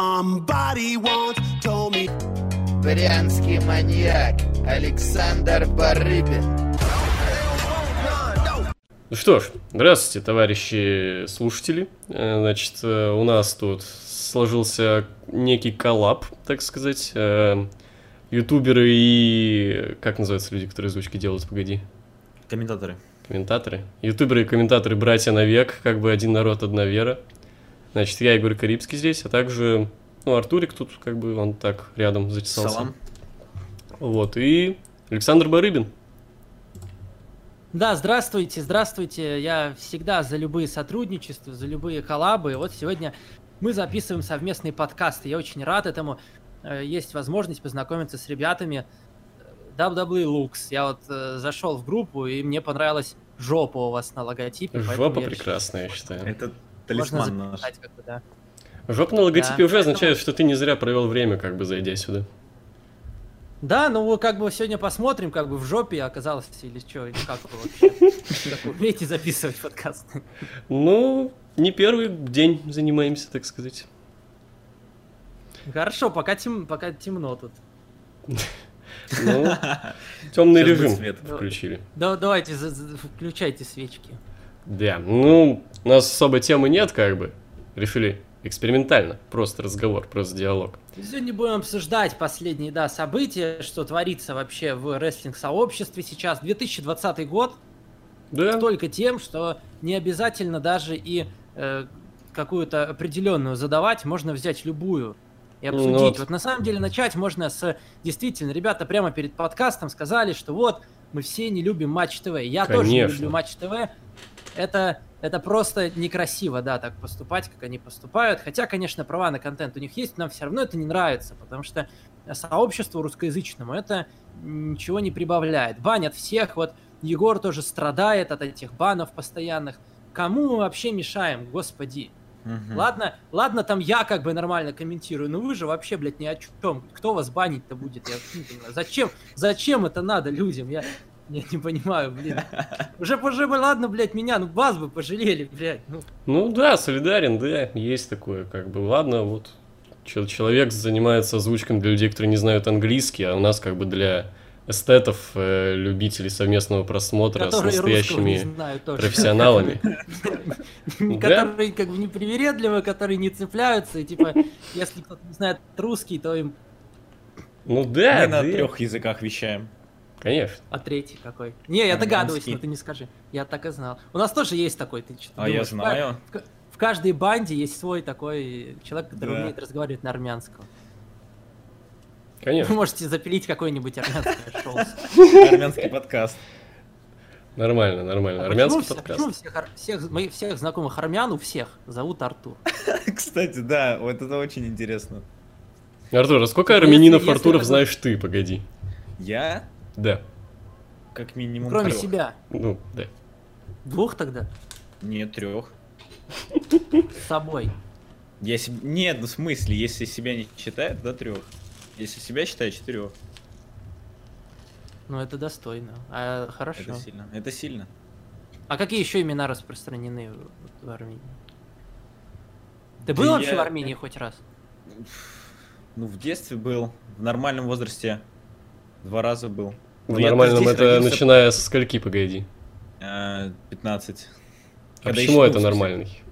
Somebody once told me. Брянский маньяк Александр Барыбин. Ну что ж, здравствуйте, товарищи слушатели. Э, Значит, э, у нас тут сложился некий коллап, так сказать. Э, Ютуберы и... Как называются люди, которые звучки делают? Погоди. Комментаторы. Комментаторы. Ютуберы и комментаторы «Братья на век», как бы один народ, одна вера. Значит, я Игорь Карибский здесь, а также... Ну, Артурик тут, как бы, он так рядом затесался. Салам. Вот, и Александр Барыбин. Да, здравствуйте, здравствуйте. Я всегда за любые сотрудничества, за любые коллабы. И Вот сегодня мы записываем совместный подкаст. и Я очень рад этому. Э, Есть возможность познакомиться с ребятами э, WWE Lux. Я вот э, зашел в группу, и мне понравилась жопа у вас на логотипе. поэтому Жопа я прекрасная, я считаю. Это решил, можно талисман наш. записать как-то, да. Жопа на логотипе Да. уже означает, что ты не зря провел время, как бы зайдя сюда. Да, ну как бы сегодня посмотрим, как бы в жопе оказалось или что, или как вы вообще. Как вы умеете записывать подкаст? Ну, не первый день занимаемся, так сказать. Хорошо, пока тем- пока темно тут. Ну, темный Сейчас будет режим свет. включили. Да, давайте за- за- включайте свечки. Да, ну, у нас особой темы нет, как бы. Решили экспериментально, просто разговор, просто диалог. Сегодня будем обсуждать последние, да, события, что творится вообще в рестлинг-сообществе сейчас. 2020 год Да, только тем, что не обязательно даже и э, какую-то определенную задавать, можно взять любую и Ну обсудить. вот. Вот на самом деле начать можно с... Действительно, ребята прямо перед подкастом сказали, что вот, мы все не любим Матч ТВ. Я тоже не Конечно. люблю Матч ТВ. Это, это просто некрасиво, да, так поступать, как они поступают. Хотя, конечно, права на контент у них есть, но нам все равно это не нравится, потому что сообществу русскоязычному это ничего не прибавляет. Банят всех, вот Егор тоже страдает от этих банов постоянных. Кому мы вообще мешаем, господи? Мгм. Ладно, ладно, там я как бы нормально комментирую, но вы же вообще, блядь, ни о чем. Кто вас банить-то будет? Я вообще не понимаю. Зачем, зачем это надо людям? Я, я не понимаю, блин. Уже пожалели, ладно, блядь, меня, ну вас бы пожалели, блядь. Ну, ну да, солидарен, да, есть такое, как бы. Ладно, вот че- человек занимается озвучкой для людей, которые не знают английский, а у нас как бы для эстетов, э, любителей совместного просмотра с которые русского не настоящими знают тоже. профессионалами. Которые как бы непривередливы, которые не цепляются, и типа, если кто-то не знает русский, то им... Ну Мы да, да, на трех языках вещаем. конечно. А третий какой? Не, я Английский. догадываюсь, но ты не скажи. Я так и знал. У нас тоже есть такой, ты что-то А я думаешь, знаю. В ка- в каждой банде есть свой такой человек, который Да. умеет разговаривать на армянском. Вы Конечно, можете запилить какой-нибудь армянский шоу. Армянский подкаст. нормально, нормально. А Армянский почему все- подкаст. Почему всех, ар- всех, моих всех знакомых армян у всех зовут Артур? Кстати, да, вот это очень интересно. Артур, а сколько Ну, Если- армянинов если Артуров это- знаешь ты, погоди? Я Да. как минимум Кроме трёх. себя. Ну, да. Двух тогда? Нет, трех. С собой. Я себе... Нет, ну в смысле, если себя не считает, да трех. Если себя считает, четырех. Ну, это достойно. А, Это хорошо. сильно. Это сильно. А какие еще имена распространены в- в Армении? Ты Да был я- вообще в Армении хоть раз? Ну, в детстве был, в нормальном возрасте два раза был. В Ну, я-то нормальном здесь это родился, начиная со скольки, погоди? э, 15. А Когда почему ещё- это ну, в смысле, нормальный?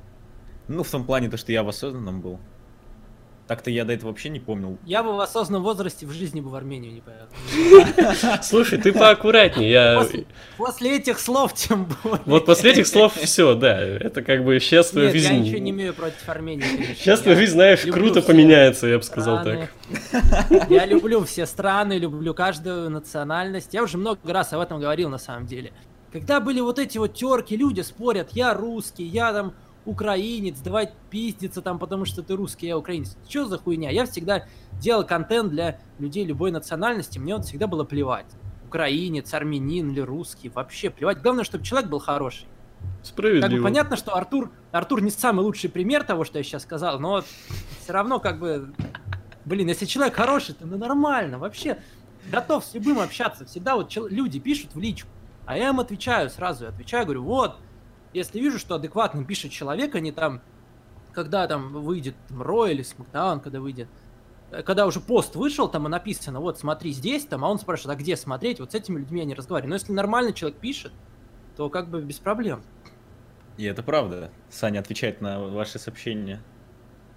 Ну, в том плане, то, что я в осознанном был. Так-то я до этого вообще не помнил. Я бы в осознанном возрасте в жизни бы в Армению не поехал. Слушай, ты поаккуратнее. Я... После, после этих слов тем более. Э, Вот после этих слов все, да. Это как бы сейчас твоя Нет, я жизнь. ничего не имею против Армении. конечно. Сейчас Я твоя жизнь, знаешь, люблю А, круто все поменяется, я бы сказал страны. так. Я люблю все страны, люблю каждую национальность. Я уже много раз об этом говорил на самом деле. Когда были вот эти вот терки, люди спорят, я русский, я там украинец, давай пиздиться там, потому что ты русский, я украинец. Что за хуйня? Я всегда делал контент для людей любой национальности, мне вот всегда было плевать. Украинец, армянин или русский, вообще плевать. Главное, чтобы человек был хороший. ну, Как бы Справедливо. понятно, что Артур, Артур не самый лучший пример того, что я сейчас сказал, но все равно как бы, блин, если человек хороший, то ну нормально, вообще готов с любым общаться. Всегда вот чел- люди пишут в личку, а я им отвечаю сразу, я отвечаю, говорю, вот, если вижу, что адекватно пишет человек, а не там когда там выйдет там, Ро или Смакдаун, когда выйдет, э, когда уже пост вышел, там и написано, вот смотри здесь, там, а он спрашивает, а где смотреть, вот с этими людьми я не разговариваю. Но если нормально человек пишет, то как бы без проблем. И это правда. Саня отвечает на ваши сообщения.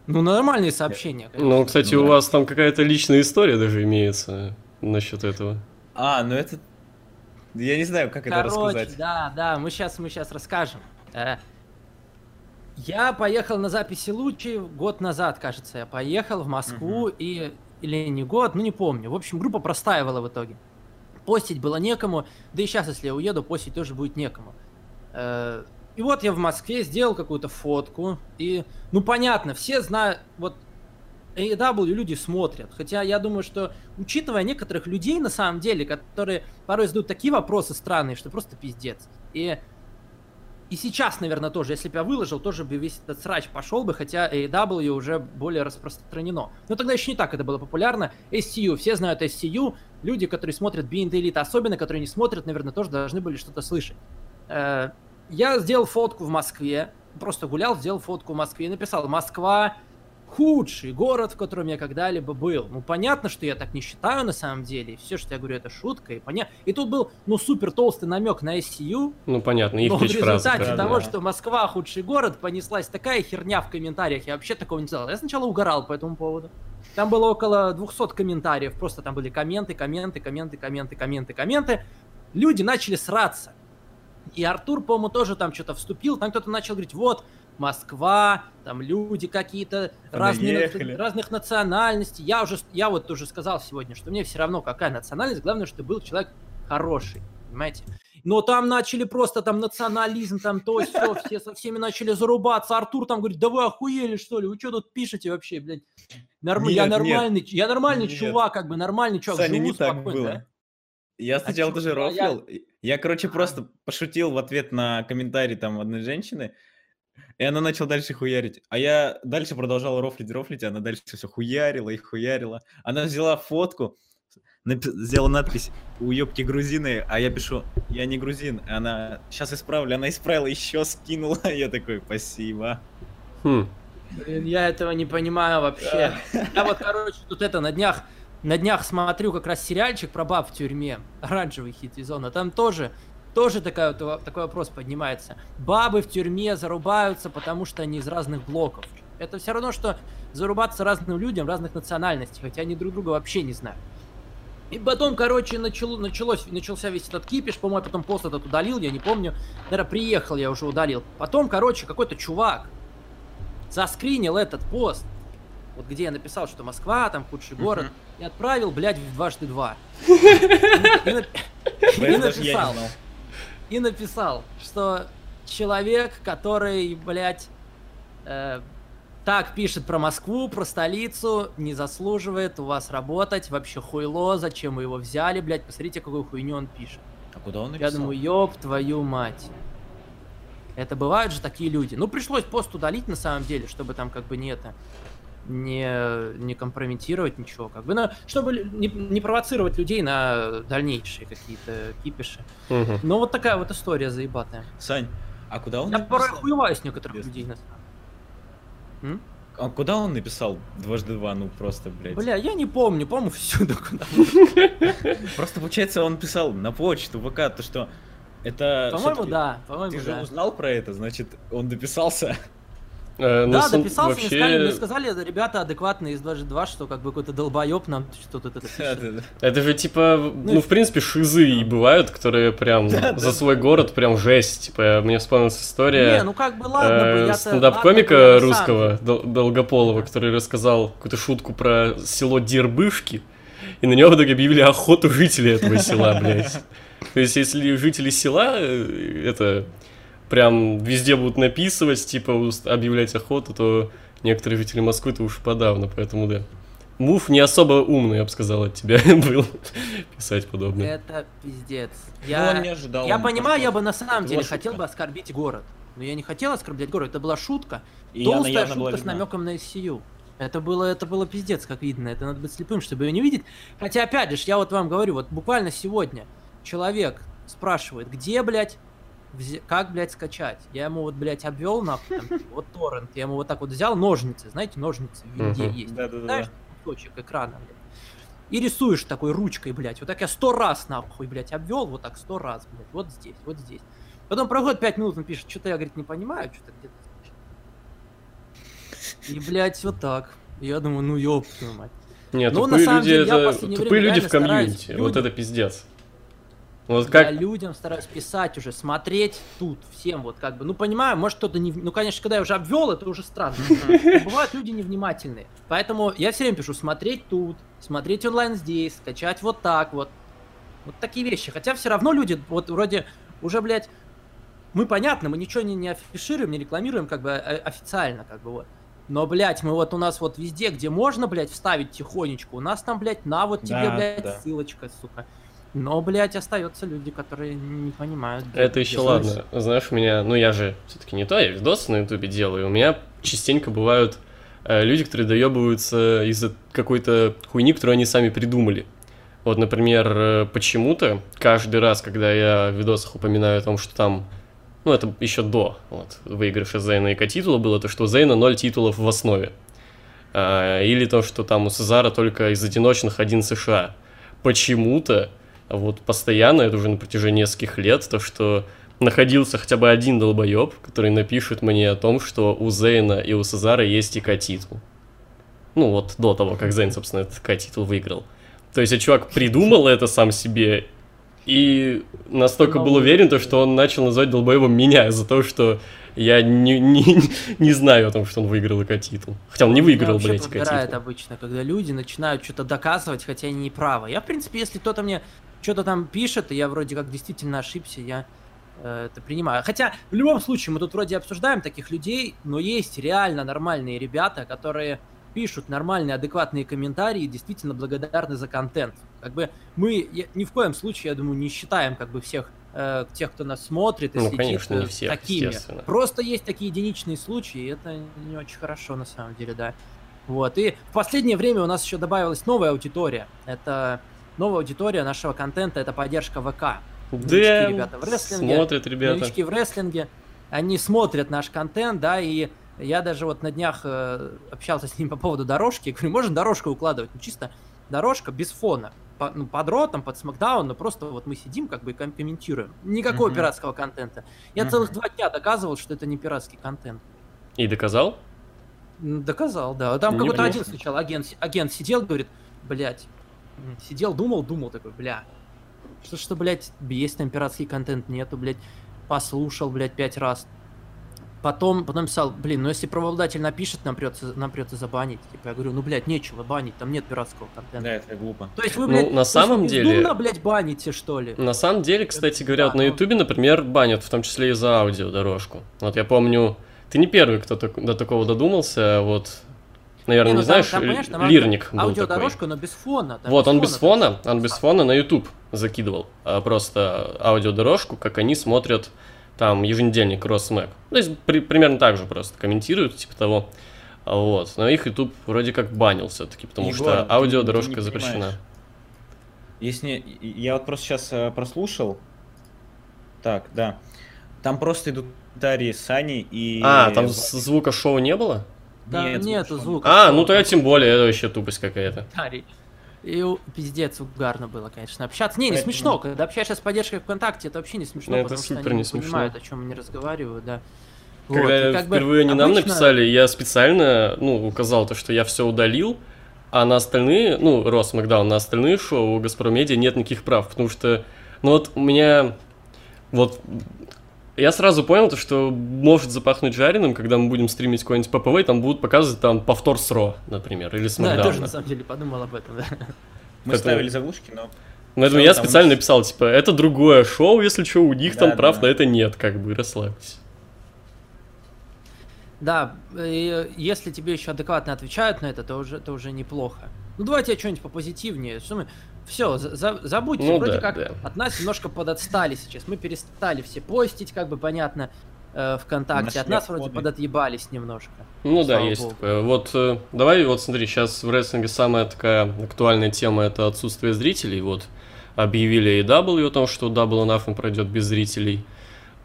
Ну, нормальные сообщения. конечно. Ну, кстати, Ну у да. вас там какая-то личная история даже имеется насчет этого. А, ну это... Я не знаю, как это Короче, рассказать. да, да, мы сейчас, мы сейчас расскажем. Э, Я поехал на записи Лучи год назад, кажется, я поехал в Москву и или не год, ну не помню. В общем, группа простаивала в итоге. Постить было некому, да и сейчас, если я уеду, постить тоже будет некому. Э, И вот я в Москве сделал какую-то фотку, и, ну понятно, все знают, вот AEW люди смотрят. Хотя я думаю, что учитывая некоторых людей на самом деле, которые порой задают такие вопросы странные, что просто пиздец. И, и сейчас, наверное, тоже, если бы я выложил, тоже бы весь этот срач пошел бы, хотя AEW уже более распространено. Но тогда еще не так это было популярно. SCU, все знают SCU, люди, которые смотрят Being the Elite, особенно, которые не смотрят, наверное, тоже должны были что-то слышать. Э, Я сделал фотку в Москве, просто гулял, сделал фотку в Москве и написал «Москва, худший город, в котором я когда-либо был. Ну, понятно, что я так не считаю на самом деле. Все, что я говорю, это шутка. И, поня... и тут был, ну, супер толстый намек на SCU. Ну, понятно, их Но в фраза. результате да, того, да. что Москва худший город, понеслась такая херня в комментариях. Я вообще такого не знал. Я сначала угорал по этому поводу. Там было около 200 комментариев. Просто там были комменты, комменты, комменты, комменты, комменты, комменты. Люди начали сраться. И Артур, по-моему, тоже там что-то вступил. Там кто-то начал говорить, вот, Москва, там люди какие-то разные, Понаехали. разных национальностей. Я уже, я вот уже сказал сегодня, что мне все равно какая национальность, главное, что был человек хороший, понимаете? Но там начали просто там национализм, там то все, все со всеми начали зарубаться. Артур там говорит, да вы охуели что ли, вы что тут пишете вообще, блядь? Норм- я Нет, нет. нормальный, ч- я нормальный Нет. чувак, как бы нормальный чувак. Саня, живу не так спокойно, было. да?» А Я сначала чё тоже было? Я- рофлил. Я... короче, просто пошутил в ответ на комментарий там одной женщины, и она начала дальше хуярить. А я дальше продолжал рофлить, рофлить, и она дальше все хуярила и хуярила. Она взяла фотку, напи- сделала надпись «Уебки грузины», а я пишу «Я не грузин». И Она «Сейчас исправлю». Она исправила, еще скинула. Я такой «Спасибо». Хм. Блин, я этого не понимаю вообще. Я вот, короче, тут это на днях на днях смотрю как раз сериальчик про баб в тюрьме. Оранжевый хит из зоны. Там тоже тоже такая, вот- такой вопрос поднимается. Бабы в тюрьме зарубаются, потому что они из разных блоков. Это все равно, что зарубаться разным людям разных национальностей, хотя они друг друга вообще не знают. И потом, короче, начало- началось, начался весь этот кипиш, по-моему, потом пост этот удалил, я не помню. Наверное, приехал я уже удалил. Потом, короче, какой-то чувак заскринил этот пост, вот где я написал, что Москва, там худший город, Мгм. и отправил, блядь, в дважды два. И нап- Про И это даже я написал. не знал. и написал, что человек, который, блядь, э, так пишет про Москву, про столицу, не заслуживает у вас работать, вообще хуйло, зачем вы его взяли, блядь, посмотрите, какую хуйню он пишет. А куда он Я написал? думаю, ёб твою мать. Это бывают же такие люди. Ну, пришлось пост удалить на самом деле, чтобы там как бы не это не, не компрометировать ничего, как бы, но чтобы лю- не, не провоцировать людей на дальнейшие какие-то кипиши. Мгм. Ну, вот такая вот история заебатая. Сань, а куда он Я порой написал? хуеваюсь некоторых Интересно. людей, на самом А куда он написал дважды два? Ну просто, блядь. Бля, я не помню, по-моему, всюду куда. Просто получается, он писал на почту ВК, то что это. По-моему, всё-таки- да, Ты по-моему, же да. узнал про это, значит, он дописался. Э, ну, Да, сам- дописался, мне, сказали, мне вообще, сказали ребята адекватные из 2G2, что как бы какой-то долбоеб нам что тут это пишет. Да-да-да. Это же типа, в- ну, в принципе, шизы и бывают, которые прям Да, да. за свой город прям жесть. Типа, мне вспомнилась история Не, ну как бы ладно бы, э, я-то- ладно бы, стендап-комика я на самом русского, деле. Дол- Долгополова, который рассказал какую-то шутку про село Дербышки, и на него в итоге объявили охоту жителей этого села, блядь. То есть, если жители села, э, это, прям везде будут написывать, типа, уст- объявлять охоту, то некоторые жители Москвы-то уж подавно, поэтому да. Мув не особо умный, я бы сказал, от тебя был писать подобное. Это пиздец. Ну, он не Я, ожидал. я он понимаю, я просто- бы на самом Это деле была хотел шутка. бы оскорбить город. Но я не хотел оскорблять город, это была шутка. И она Толстая явно была шутка с видна. намеком на SCU. Это было, это было пиздец, как видно. Это надо быть слепым, чтобы ее не видеть. Хотя, опять же, ж, я вот вам говорю, вот буквально сегодня человек спрашивает, где, блядь, взе- как, блядь, скачать? Я ему вот, блядь, обвел нахуй, там, типа, вот торрент, я ему вот так вот взял ножницы, знаете, ножницы в винде Мгм. есть. Да-да-да. Знаешь, кусочек экрана, блядь. И рисуешь такой ручкой, блядь. Вот так я сто раз нахуй, блядь, обвел, вот так сто раз, блядь, вот здесь, вот здесь. Потом проходит пять минут, он пишет, что-то я, говорит, не понимаю, что-то где-то. значит». И, блядь, вот так. Я думаю, ну ёб твою мать. Нет, Ну, на тупые самом люди деле, я в это... последнее Тупые время люди в реально комьюнити. стараюсь. Вот Люди- это пиздец. Вот Я как... людям стараюсь писать уже, смотреть тут, всем вот как бы. Ну, понимаю, может кто-то не... в- Ну, конечно, когда я уже обвел, это уже странно. Но Бывают люди невнимательные. Поэтому я все время пишу смотреть тут, смотреть онлайн здесь, скачать вот так вот. Вот такие вещи. Хотя все равно люди, вот вроде уже, блядь, мы понятно, мы ничего не, не афишируем, не рекламируем как бы э, официально, как бы вот. Но, блядь, мы вот у нас вот везде, где можно, блядь, вставить тихонечку, у нас там, блядь, на вот тебе, Да, блядь, да. ссылочка, сука. Но, блядь, остаются люди, которые не понимают. блядь, Это еще где ладно. Знаешь, у меня... Ну, я же все-таки не то, я видосы на ютубе делаю. У меня частенько бывают э, люди, которые доебываются из-за какой-то хуйни, которую они сами придумали. Вот, например, э, почему-то каждый раз, когда я в видосах упоминаю о том, что там... Ну, это еще до вот, выигрыша Зейна и титула было, то, что у Зейна 0 титулов в основе. А, или то, что там у Сезара только из одиночных один США. Почему-то, вот постоянно, это уже на протяжении нескольких лет, то, что находился хотя бы один долбоеб, который напишет мне о том, что у Зейна и у Сезара есть ик титул. Ну вот до того, как Зейн, собственно, этот ик титул выиграл. То есть, а чувак придумал это сам себе и настолько был уверен, то, что он начал называть долбоебом меня за то, что я не, не, не знаю о том, что он выиграл ик титул. Хотя он не выиграл, Ну, вообще блядь, ик пробирает титул. обычно, когда люди начинают что-то доказывать, хотя они не правы. Я, в принципе, если кто-то мне что-то там пишет, и я вроде как действительно ошибся, я э, это принимаю. Хотя, в любом случае, мы тут вроде обсуждаем таких людей, но есть реально нормальные ребята, которые пишут нормальные, адекватные комментарии и действительно благодарны за контент. Как бы мы я- ни в коем случае, я думаю, не считаем как бы всех э, тех, кто нас смотрит и Ну, следит, конечно, не э, всех, такими. естественно. Просто есть такие единичные случаи, и это не очень хорошо на самом деле, да. Вот, и в последнее время у нас еще добавилась новая аудитория. Это новая аудитория нашего контента, это поддержка ВК. Да, ребята, в рестлинге. смотрят ребята. Новички в рестлинге, они смотрят наш контент, да, и я даже вот на днях э, общался с ним по поводу дорожки, я говорю, можно дорожку укладывать, ну чисто дорожка без фона, По- ну, под ротом, под смакдаун, но просто вот мы сидим как бы и ком- комментируем. Никакого Мгм. пиратского контента. Я Мгм. целых два дня доказывал, что это не пиратский контент. И доказал? М, Доказал, да. Там какой-то Неплохо. один сначала агент, с- агент сидел, говорит, блядь, м, сидел, думал, думал, такой, бля, что что, блядь, есть там пиратский контент, нету, блядь, послушал, блядь, пять раз. Потом, потом писал, блин, ну если правообладатель напишет, нам придется, нам придется забанить. Типа, я говорю, ну, блядь, нечего банить, там нет пиратского контента. Да, это глупо. То есть вы, Ну, блядь, на то есть самом вы деле- ну, бездумно, блядь, баните, что ли? На самом деле, кстати, Это говорят, да, на но- Ютубе, например, банят, в том числе и за аудиодорожку. Вот я помню, ты не первый, кто так- до такого додумался, а вот, наверное, Не, не, ну, там- знаешь, там, понимаешь, там Л- Лирник был такой. Аудиодорожка, но без фона. там Вот, он без там фона, он без фона на YouTube закидывал а, просто аудиодорожку, как они смотрят там еженедельник Росмэк. То есть при- примерно так же просто комментируют, типа того. А, Вот, но их YouTube вроде как банил все-таки, потому Егор, ты- ты что не аудиодорожка понимаешь. запрещена. Если не- и- я вот просто сейчас прослушал, так, да, там просто идут комментарии Сани и. А, там с- звука шоу не было? Там Нет, нету звука. звука. А, ну фона. то я тем более, это вообще тупость какая-то. комментарий. И у- пиздец, угарно было, конечно, общаться. Не, не Поэтому- смешно, когда общаешься с поддержкой ВКонтакте, это вообще не смешно, Это потому что супер они не не смешно. понимают, о чем они разговаривают, да. Вот, Когда и как бы впервые они нам обычно- написали, я специально, ну, указал то, что я все удалил, а на остальные, ну, Рос Макдаун, на остальные шоу у Газпромедиа нет никаких прав, потому что, ну вот у меня, вот, я сразу понял то, что может запахнуть жареным, когда мы будем стримить какой-нибудь ППВ, и там будут показывать там повтор с Ро, например, или с Да, я тоже Макдауна. на самом деле подумал об этом, да. Мы которые- ставили заглушки, но Поэтому Всё, я там специально у нас- написал, типа, это другое шоу, если что, у них Да, там прав на да. это нет, как бы, расслабься. Да, и э, если тебе еще адекватно отвечают на это, то уже, то уже неплохо. Ну давайте я что-нибудь попозитивнее. Что мы... Все, забудьте, Ну вроде да, как да. от нас немножко подотстали сейчас. Мы перестали все постить, как бы понятно, э, ВКонтакте. Нашли От нас вроде отходы. подотъебались немножко. Ну да, Слава есть богу. такое. Вот э, давай, вот смотри, сейчас в рестлинге самая такая актуальная тема это отсутствие зрителей. Вот объявили AEW о том, что Double Nothing пройдет без зрителей.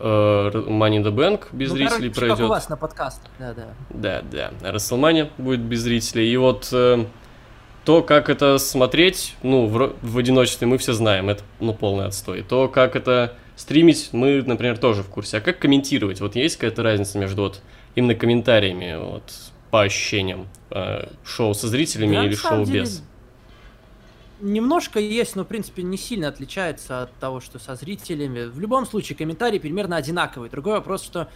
Э, Money in the Bank без Ну, короче, зрителей как пройдет. у вас на подкаст. Да, да. Да, да. Расселмания будет без зрителей. И вот э, то, как это смотреть, ну, в, ро- в одиночестве мы все знаем, это, ну, полный отстой. То, как это стримить, мы, например, тоже в курсе. А как комментировать? Вот есть какая-то разница между вот именно комментариями, вот, по ощущениям, э, шоу со зрителями Да, или на самом шоу деле, без? Немножко есть, но, в принципе, не сильно отличается от того, что со зрителями. В любом случае, комментарии примерно одинаковые. Другой вопрос, что,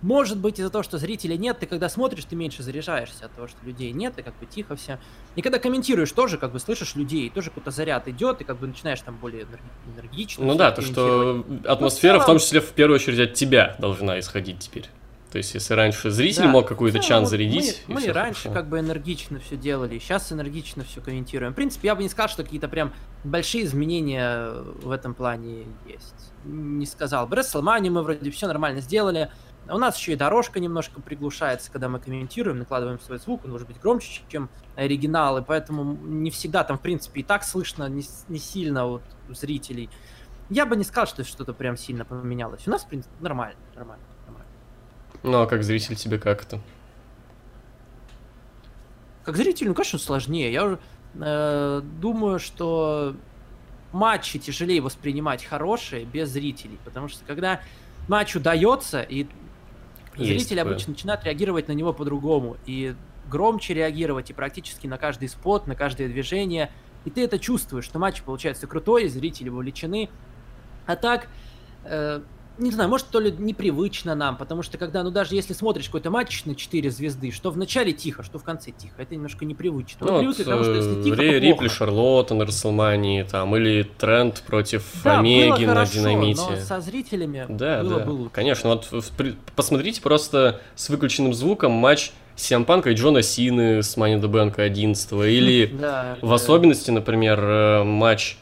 может быть, из-за того, что зрителей нет, ты когда смотришь, ты меньше заряжаешься от того, что людей нет, и как бы тихо все. И когда комментируешь, тоже как бы слышишь людей, тоже какой-то заряд идет, и как бы начинаешь там более энерги- энергично. Ну всё да, то, комментировать. Ну, что атмосфера, в в том целом- числе, в первую очередь, от тебя должна исходить теперь. То есть, если раньше зритель Да, мог в какой-то целом чан вот зарядить... Мы, мы и раньше как бы энергично все делали, сейчас энергично все комментируем. В принципе, я бы не сказал, что какие-то прям большие изменения в этом плане есть. Не сказал. бы. WrestleMania мы вроде все нормально сделали. У нас еще и дорожка немножко приглушается, когда мы комментируем, накладываем свой звук, он может быть громче, чем оригинал, и поэтому не всегда там, в принципе, и так слышно не, с- не сильно вот у зрителей. Я бы не сказал, что что-то прям сильно поменялось. У нас, в принципе, нормально, нормально, нормально. Ну, а как зритель тебе как это? Как зрителю, ну, конечно, сложнее. Я уже, э, думаю, что матчи тяжелее воспринимать хорошие без зрителей, потому что когда матч удается, и Есть зрители такое. обычно начинают реагировать на него по-другому, и громче реагировать, и практически на каждый спот, на каждое движение, и ты это чувствуешь, что матч получается крутой, и зрители вовлечены. А так, э, не знаю, может, то ли непривычно нам, потому что когда, ну даже если смотришь какой-то матч на 4 звезды, что в начале тихо, что в конце тихо, это немножко непривычно. Ну, Вот вот, привыкли к тому, что если э, тихо, то Ри- плохо. Рипли, Шарлотта на Расселмании, там, или Тренд против Да, Омеги было на хорошо, Динамите. но со зрителями Да, было да. бы лучше. Конечно, вот в- при- посмотрите просто с выключенным звуком матч Сиампанка и Джона Сины с Мани Дебенко 11 или Да, в да. особенности, например, э, матч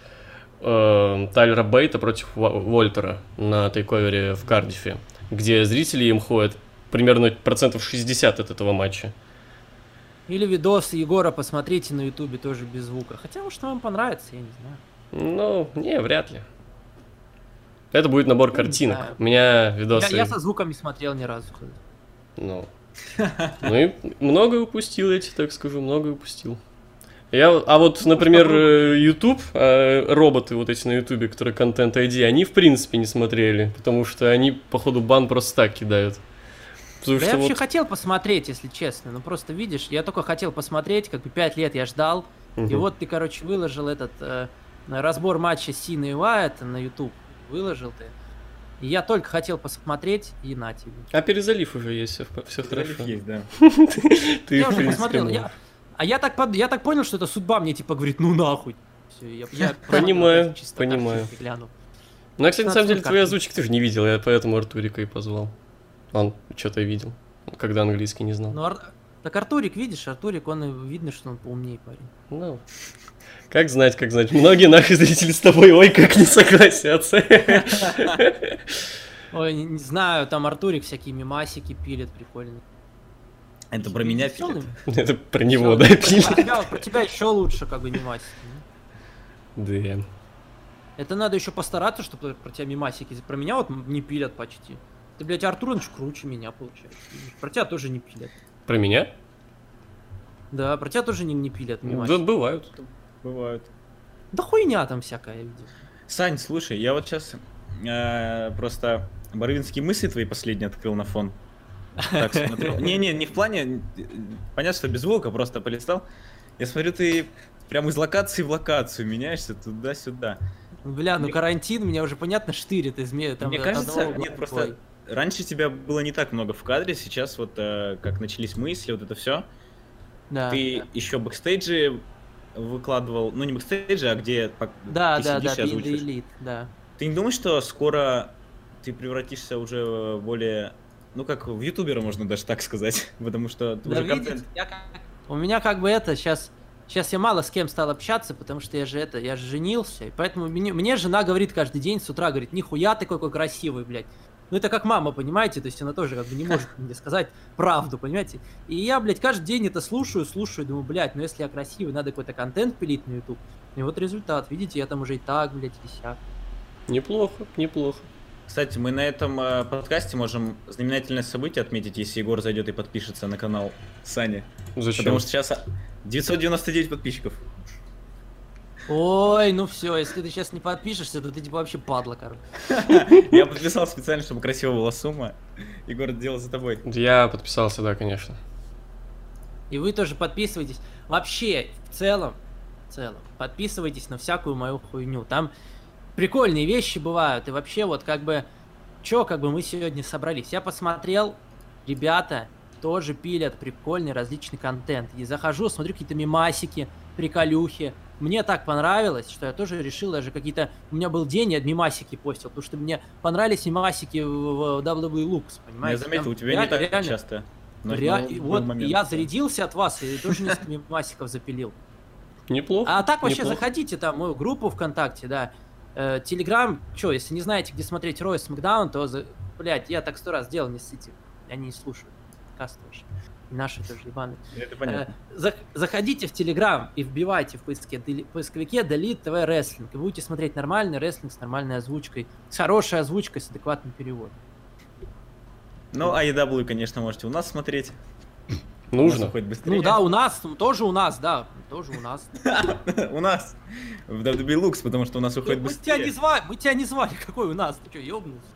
э, Тайлера Бейта против Ва- Вольтера на тейковере в Кардифе, где зрители им ходят примерно процентов 60 от этого матча. э, Или видосы Егора посмотрите на ютубе тоже без звука. Хотя, может, вам понравится, я не знаю. Ну, не, вряд ли. Это будет набор Ну, не картинок. знаю. У меня Я, видосы. я со звуком не смотрел ни разу. Ну. Ну и многое упустил, я тебе так скажу, многое упустил. Я, а вот, например, э, YouTube, э, роботы вот эти на YouTube, которые контент ID, они в принципе не смотрели, потому что они, походу, бан просто так кидают. Потому Да я что вообще вот... хотел посмотреть, если честно. Ну просто видишь, я только хотел посмотреть, как бы пять лет я ждал. И Мгм. вот ты, короче, выложил этот э, разбор матча Сина и Уайта на YouTube. Выложил ты. И я только хотел посмотреть, и на тебе. А перезалив уже есть, все, Залив хорошо. есть, да. Ты, я в уже принципе, посмотрел. ну, я- А я так, под- я так понял, что это судьба мне типа говорит, ну нахуй. Всё, я- я посмотрел, Понимаю, просто чисто так, понимаю. чтобы глянул. Ну, я, кстати, на самом деле, Картинка. твои озвучки ты же не видел, я поэтому Артурика и позвал. Он что-то видел, когда английский не знал. Ну, Ар- Так Артурик, видишь, Артурик, он и видно, что он поумнее парень. Ну, как знать, как знать. Многие наши зрители с тобой, ой, как не согласятся. Ой, не, не знаю, там Артурик всякие мимасики пилит, прикольно. Это про меня Весёлый? пилит. Это про него, да, Весёлый. Про пили? тебя, про тебя еще лучше, как бы, мимасики. ну. Да. Это надо еще постараться, чтобы про тебя мимасики. Про меня вот не пилят почти. Ты, блядь, Артурович круче меня, получается. Про тебя тоже не пилят. Про меня? Да, про тебя тоже не, не пилят Ну Да, мимасики. бывают. Бывают. Да хуйня там всякая, я видел. Сань, слушай, я вот сейчас просто барвинские мысли твои последние открыл на фон. Так смотрю. Не-не, не в плане. э, Понятно, что без звука, просто полистал. Я смотрю, ты прям из локации в локацию меняешься туда-сюда. Бля, ну Мне- карантин, меня уже, понятно, штырит из ме- там Мне от кажется, одного нет, к просто другой. Раньше тебя было не так много в кадре, сейчас вот э, как начались мысли, вот это все. Да, ты да. еще бэкстейджи выкладывал, ну не бэкстейджи, а где пок- Да, ты да, сидишь да, и озвучиваешь. элит, да. Ты не думаешь, что скоро ты превратишься уже в более, ну как в ютубера можно даже так сказать, потому что ты Да уже видите, контент. я как- У меня как бы это сейчас... Сейчас я мало с кем стал общаться, потому что я же это, я же женился, и поэтому мне, мне жена говорит каждый день с утра, говорит, нихуя ты какой красивый, блядь. Ну это как мама, понимаете, то есть она тоже как бы не может мне сказать правду, понимаете. И я, блядь, каждый день это слушаю, слушаю, думаю, блядь, ну если я красивый, надо какой-то контент пилить на YouTube. И вот результат, видите, я там уже и так, блядь, и сяк. Неплохо, неплохо. Кстати, мы на этом э, подкасте можем знаменательное событие отметить, если Егор зайдет и подпишется на канал Сани. Зачем? Потому что сейчас а, 999 подписчиков. Ой, ну все, если ты сейчас не подпишешься, то ты типа вообще падла, короче. Я подписал специально, чтобы красиво была сумма. Егор, дело за тобой. Я подписался, да, конечно. И вы тоже подписывайтесь. Вообще, в целом, в целом, подписывайтесь на всякую мою хуйню. Там прикольные вещи бывают. И вообще, вот как бы, чё, как бы мы сегодня собрались. Я посмотрел, ребята тоже пилят прикольный различный контент. И захожу, смотрю какие-то мимасики, приколюхи. Мне так понравилось, что я тоже решил даже какие-то... У меня был день, я мимасики постил, потому что мне понравились мимасики в, в WWE Looks, Я понимаете? заметил, Там у тебя не реально- так реально- часто. Но Ре- был- и был вот и момент, я да. зарядился от вас и тоже несколько мимасиков запилил. Неплохо. А так вообще неплохо. заходите там в мою группу ВКонтакте, да. Э, Телеграм, чё, если не знаете, где смотреть Рой Смакдаун, то, за... блядь, я так сто раз делал, не ссыте. Они не слушают подкасты вообще. И наши тоже ебаные. Это понятно. Э, за- заходите в Телеграм и вбивайте в поиске, дели- поисковике Delete TV Wrestling. И будете смотреть нормальный рестлинг с нормальной озвучкой, с хорошей озвучкой, с адекватным переводом. Ну, а EW, конечно, можете у нас смотреть. У нас Нужно. уходит быстрее. Ну да, у нас, ну, тоже у нас, да, тоже у нас. У нас. В WWE Lux, потому что у нас уходит Мы тебя не быстрее. звали, мы тебя не звали, какой у нас, ты чё, ёбнулся?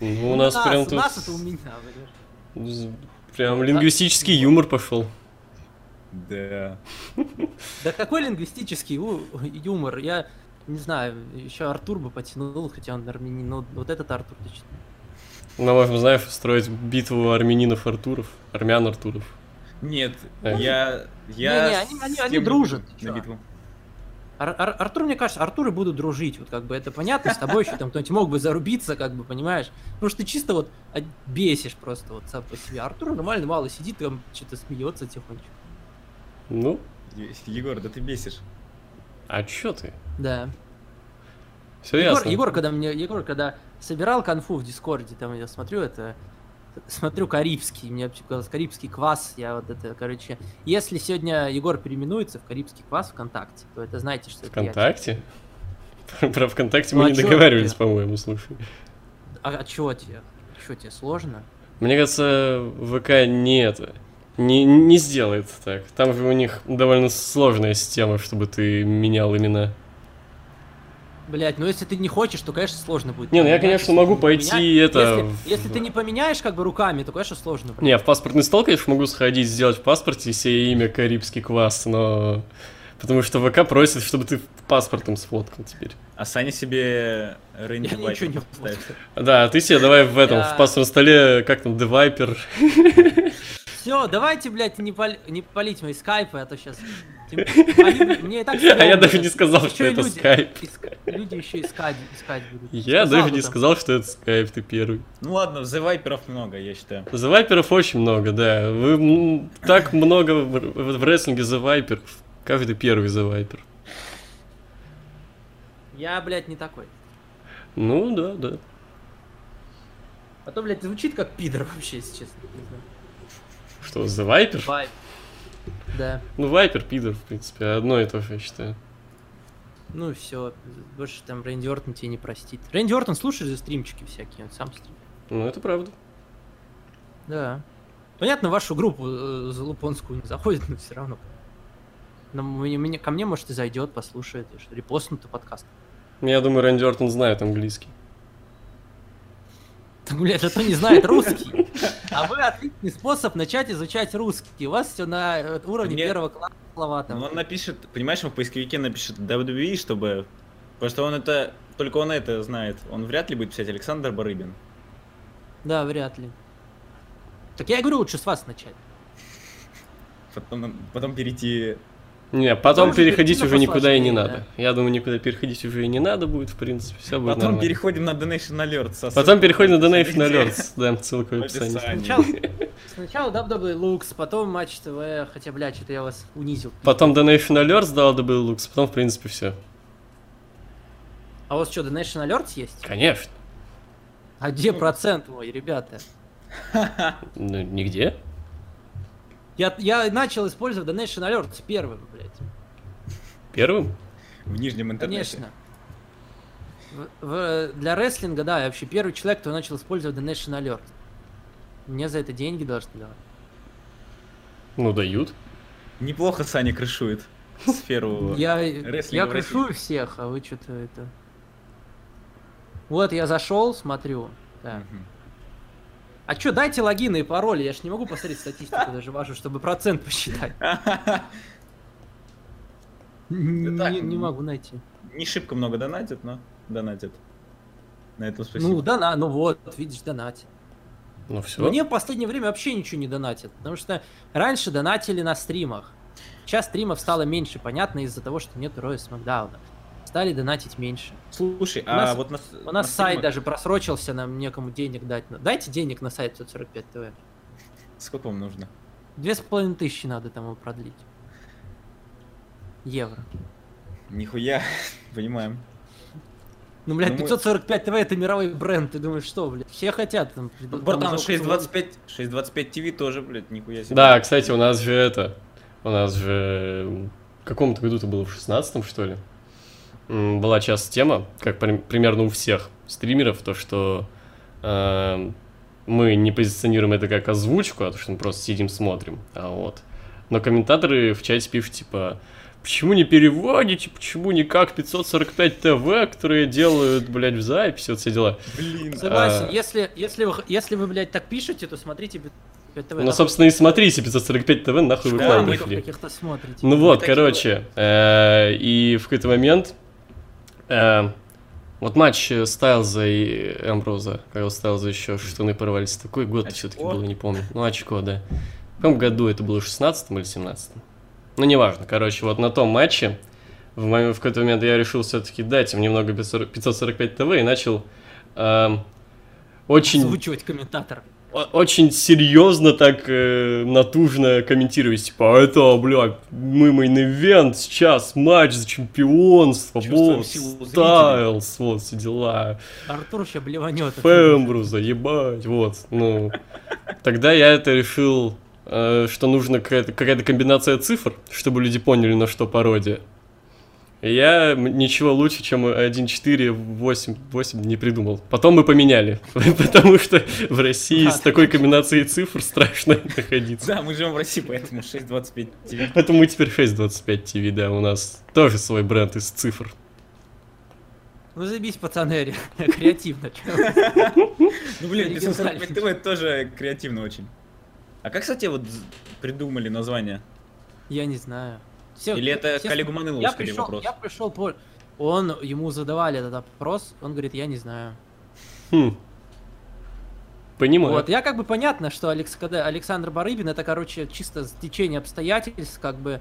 Ну, у нас прям У нас это у тут... меня, блядь. з- Прям лингвистический юмор пошел. Да. Да какой лингвистический ю- юмор? Я не знаю, еще Артур бы потянул, хотя он армянин, но вот этот Артур точно. Мы можем, Ну, знаешь, устроить битву армянинов Артуров. Армян Артуров. Нет, Э. я... Не-не, я они- с они- кем они не буду дружат, ты На чё? битву. Ар- Ар- Артур, мне кажется, Артуры будут дружить, вот как бы это понятно, с тобой еще там кто-нибудь мог бы зарубиться, как бы, понимаешь? Потому что ты чисто вот от- бесишь просто вот сам по себе. Артур нормально мало сидит, там что-то смеется тихонечко. Ну, Е- Егор, да ты бесишь. а чё ты? Да. Все Егор, ясно. Егор, когда мне, Егор, когда собирал конфу в Дискорде, там я смотрю это, смотрю карибский, мне вообще показалось карибский квас, я вот это, короче, если сегодня Егор переименуется в карибский квас ВКонтакте, то это знаете, что это я. ВКонтакте? Про ВКонтакте Ну, мы а не чё договаривались, ты? по-моему, слушай. А, а чего тебе? Чего тебе сложно? Мне кажется, ВК не это. Не, не сделает так. Там же у них довольно сложная система, чтобы ты менял имена. Блять, ну если ты не хочешь, то, конечно, сложно будет. Не, ну я, поменять, конечно, если могу ты не пойти поменя- это... Если, если ты не поменяешь как бы руками, то, конечно, сложно. будет. Не, в паспортный стол, конечно, могу сходить, сделать в паспорте себе имя Карибский квас, но... Потому что ВК просит, чтобы ты паспортом сфоткал теперь. А Саня себе Рэнди Я ничего не Вайпер буду. поставит. Да, а ты себе давай в этом, Да. в паспортном столе, как там, The Viper. Все, давайте, блядь, не, пал- не палить мои скайпы, а то сейчас... Мне и так А я стрёмно. даже не сказал, Ещё что и это люди- скайп. иска- Люди еще искать, искать будут. Я Сказал даже бы не там. сказал, что это скайп, ты первый. Ну ладно, The Вайперов много, я считаю. The Viper'ов очень много, да. Вы м, так много в в- в рестлинге The Viper. Каждый первый The Viper. Я, блядь, не такой. Ну да, да. А то, блядь, звучит как пидор вообще, если честно. Не знаю. Что, The Viper? Вайп. Да. Ну, Viper, пидор, в принципе, одно и то же, я считаю. Ну все, больше там Рэнди Ортон тебе не простит. Рэнди Ортон слушает же стримчики всякие, он сам стрим. Ну, это правда. Да. Понятно, в вашу группу э, залупонскую не заходит, но все равно. Но мне- мне- ко мне, может, и зайдет, послушает, я что репостнут подкаст. Я думаю, Рэнди Ортон знает английский. Да, блядь, зато не знает русский. А вы отличный способ начать изучать русский. У вас все на э, уровне Мне- первого класса слова там. Ну, он напишет, понимаешь, он в поисковике напишет WWE, чтобы... Потому что он это... Только он это знает. Он вряд ли будет писать Александр Барыбин. Да, вряд ли. Так я и говорю, лучше с вас начать. Потом, потом перейти... Не, потом Может, переходить перейти на уже никуда и не посложнее, надо. Я думаю, никуда переходить уже и не надо будет, в принципе, все будет потом нормально. переходим на Donation Alert. со Потом ссылкой переходим на где- Donation Alerts, дам ссылку в в описании. описании. Сначала, сначала WWE Lux, потом Матч ТВ, хотя, блядь, что-то я вас унизил. Потом Donation Alerts дал добыл лукс, потом, в принципе, все. А у вас что, Donation Alerts есть? Конечно. А где процент мой, ребята? Ну, нигде. Я, я начал использовать Donation Alerts первым, блядь. Первым. В нижнем интернете. Конечно. В- в- для рестлинга, да, я вообще первый человек, кто начал использовать Donation Alert. Мне за это деньги должны давать. Ну, дают. Неплохо Саня крышует сферу. Я, Рестлинга я в крышую всех, а вы что-то это... Вот, я зашел, смотрю. Так. Мгм. А чё, дайте логины и пароли, я ж не могу посмотреть статистику даже вашу, чтобы процент посчитать. так. Не, не могу найти. Не шибко много донатит, но донатит. На этом Ну, спасибо. дона, ну вот, видишь, донатит. Ну, все. Мне в последнее время вообще ничего не донатят, потому что раньше донатили на стримах. Сейчас стримов стало меньше, понятно, из-за того, что нет Роя Смакдауна. Стали донатить меньше. Слушай, у нас- а вот на с- У на нас сайт стримах даже просрочился, нам некому денег дать. Ну, Дайте денег на сайт 145 ТВ. Сколько вам нужно? Две с половиной тысячи надо там его продлить. Евро. Нихуя, понимаем. Ну, блядь, Ну, мы- 545 ТВ это мировой бренд, ты думаешь, что, блядь? Все хотят там. там Братан, сколько угодно. 625, 625 TV тоже, блядь, нихуя себе. Да, кстати, у нас же это... У нас же... В каком-то году это было, в шестнадцатом, что ли? М, Была часто тема, как при- примерно у всех стримеров, то, что э, мы не позиционируем это как озвучку, а то, что мы просто сидим, смотрим. А вот. Но комментаторы в чате пишут, типа, почему не переводите, почему не как 545 ТВ, которые делают, блядь, в записи, вот все дела. Блин, Согласен, А. если, если, вы, если вы, блядь, так пишете, то смотрите 545 ТВ. Ну, собственно, и смотрите 545 ТВ, нахуй вы Да, план мы- дошли. каких-то смотрите. Ну вот, такие короче, э, и в какой-то момент э, вот матч э, Стайлза и Эмброза, когда у Стайлза еще штаны порвались, такой год Очко. все-таки был, не помню. Ну, очко, да. В каком году это было, 16 или 17 Ну, неважно, короче, вот на том матче в, мом- в какой-то момент я решил все-таки дать им немного 540 545 ТВ и начал эм, очень Озвучивать комментатор. о- очень серьезно так э, натужно комментировать, типа, «А это, бля, мы мейн-ивент, сейчас матч за чемпионство, Чувствуем вот, силу зрителей». Стайлс, вот, все дела, Артур сейчас блеванет. Фэмбруза, ебать, вот, ну, тогда я это решил, э, что нужна какая-то, какая-то комбинация цифр, чтобы люди поняли, на что пародия. И Я м- ничего лучше, чем 1.4.8.8 не придумал. Потом мы поменяли, потому что в России с такой комбинацией цифр страшно находиться. Да, мы живем в России, поэтому 625 TV. Поэтому мы теперь 6.25 TV, да, у нас тоже свой бренд из цифр. Ну забись, пацаны, ре- креативно. чё. Ну, блин, Оригинально. 545 TV это тоже креативно очень. А как, кстати, вот з- придумали название? Я не знаю. Все, Или это все- коллегу Манылову, я скорее, пришел, вопрос? Я пришел по... Он, ему задавали этот вопрос, он говорит, я не знаю. Хм. Понимаю. Вот, я как бы понятно, что Алекс, когда Александр Барыбин, это, короче, чисто течение обстоятельств, как бы,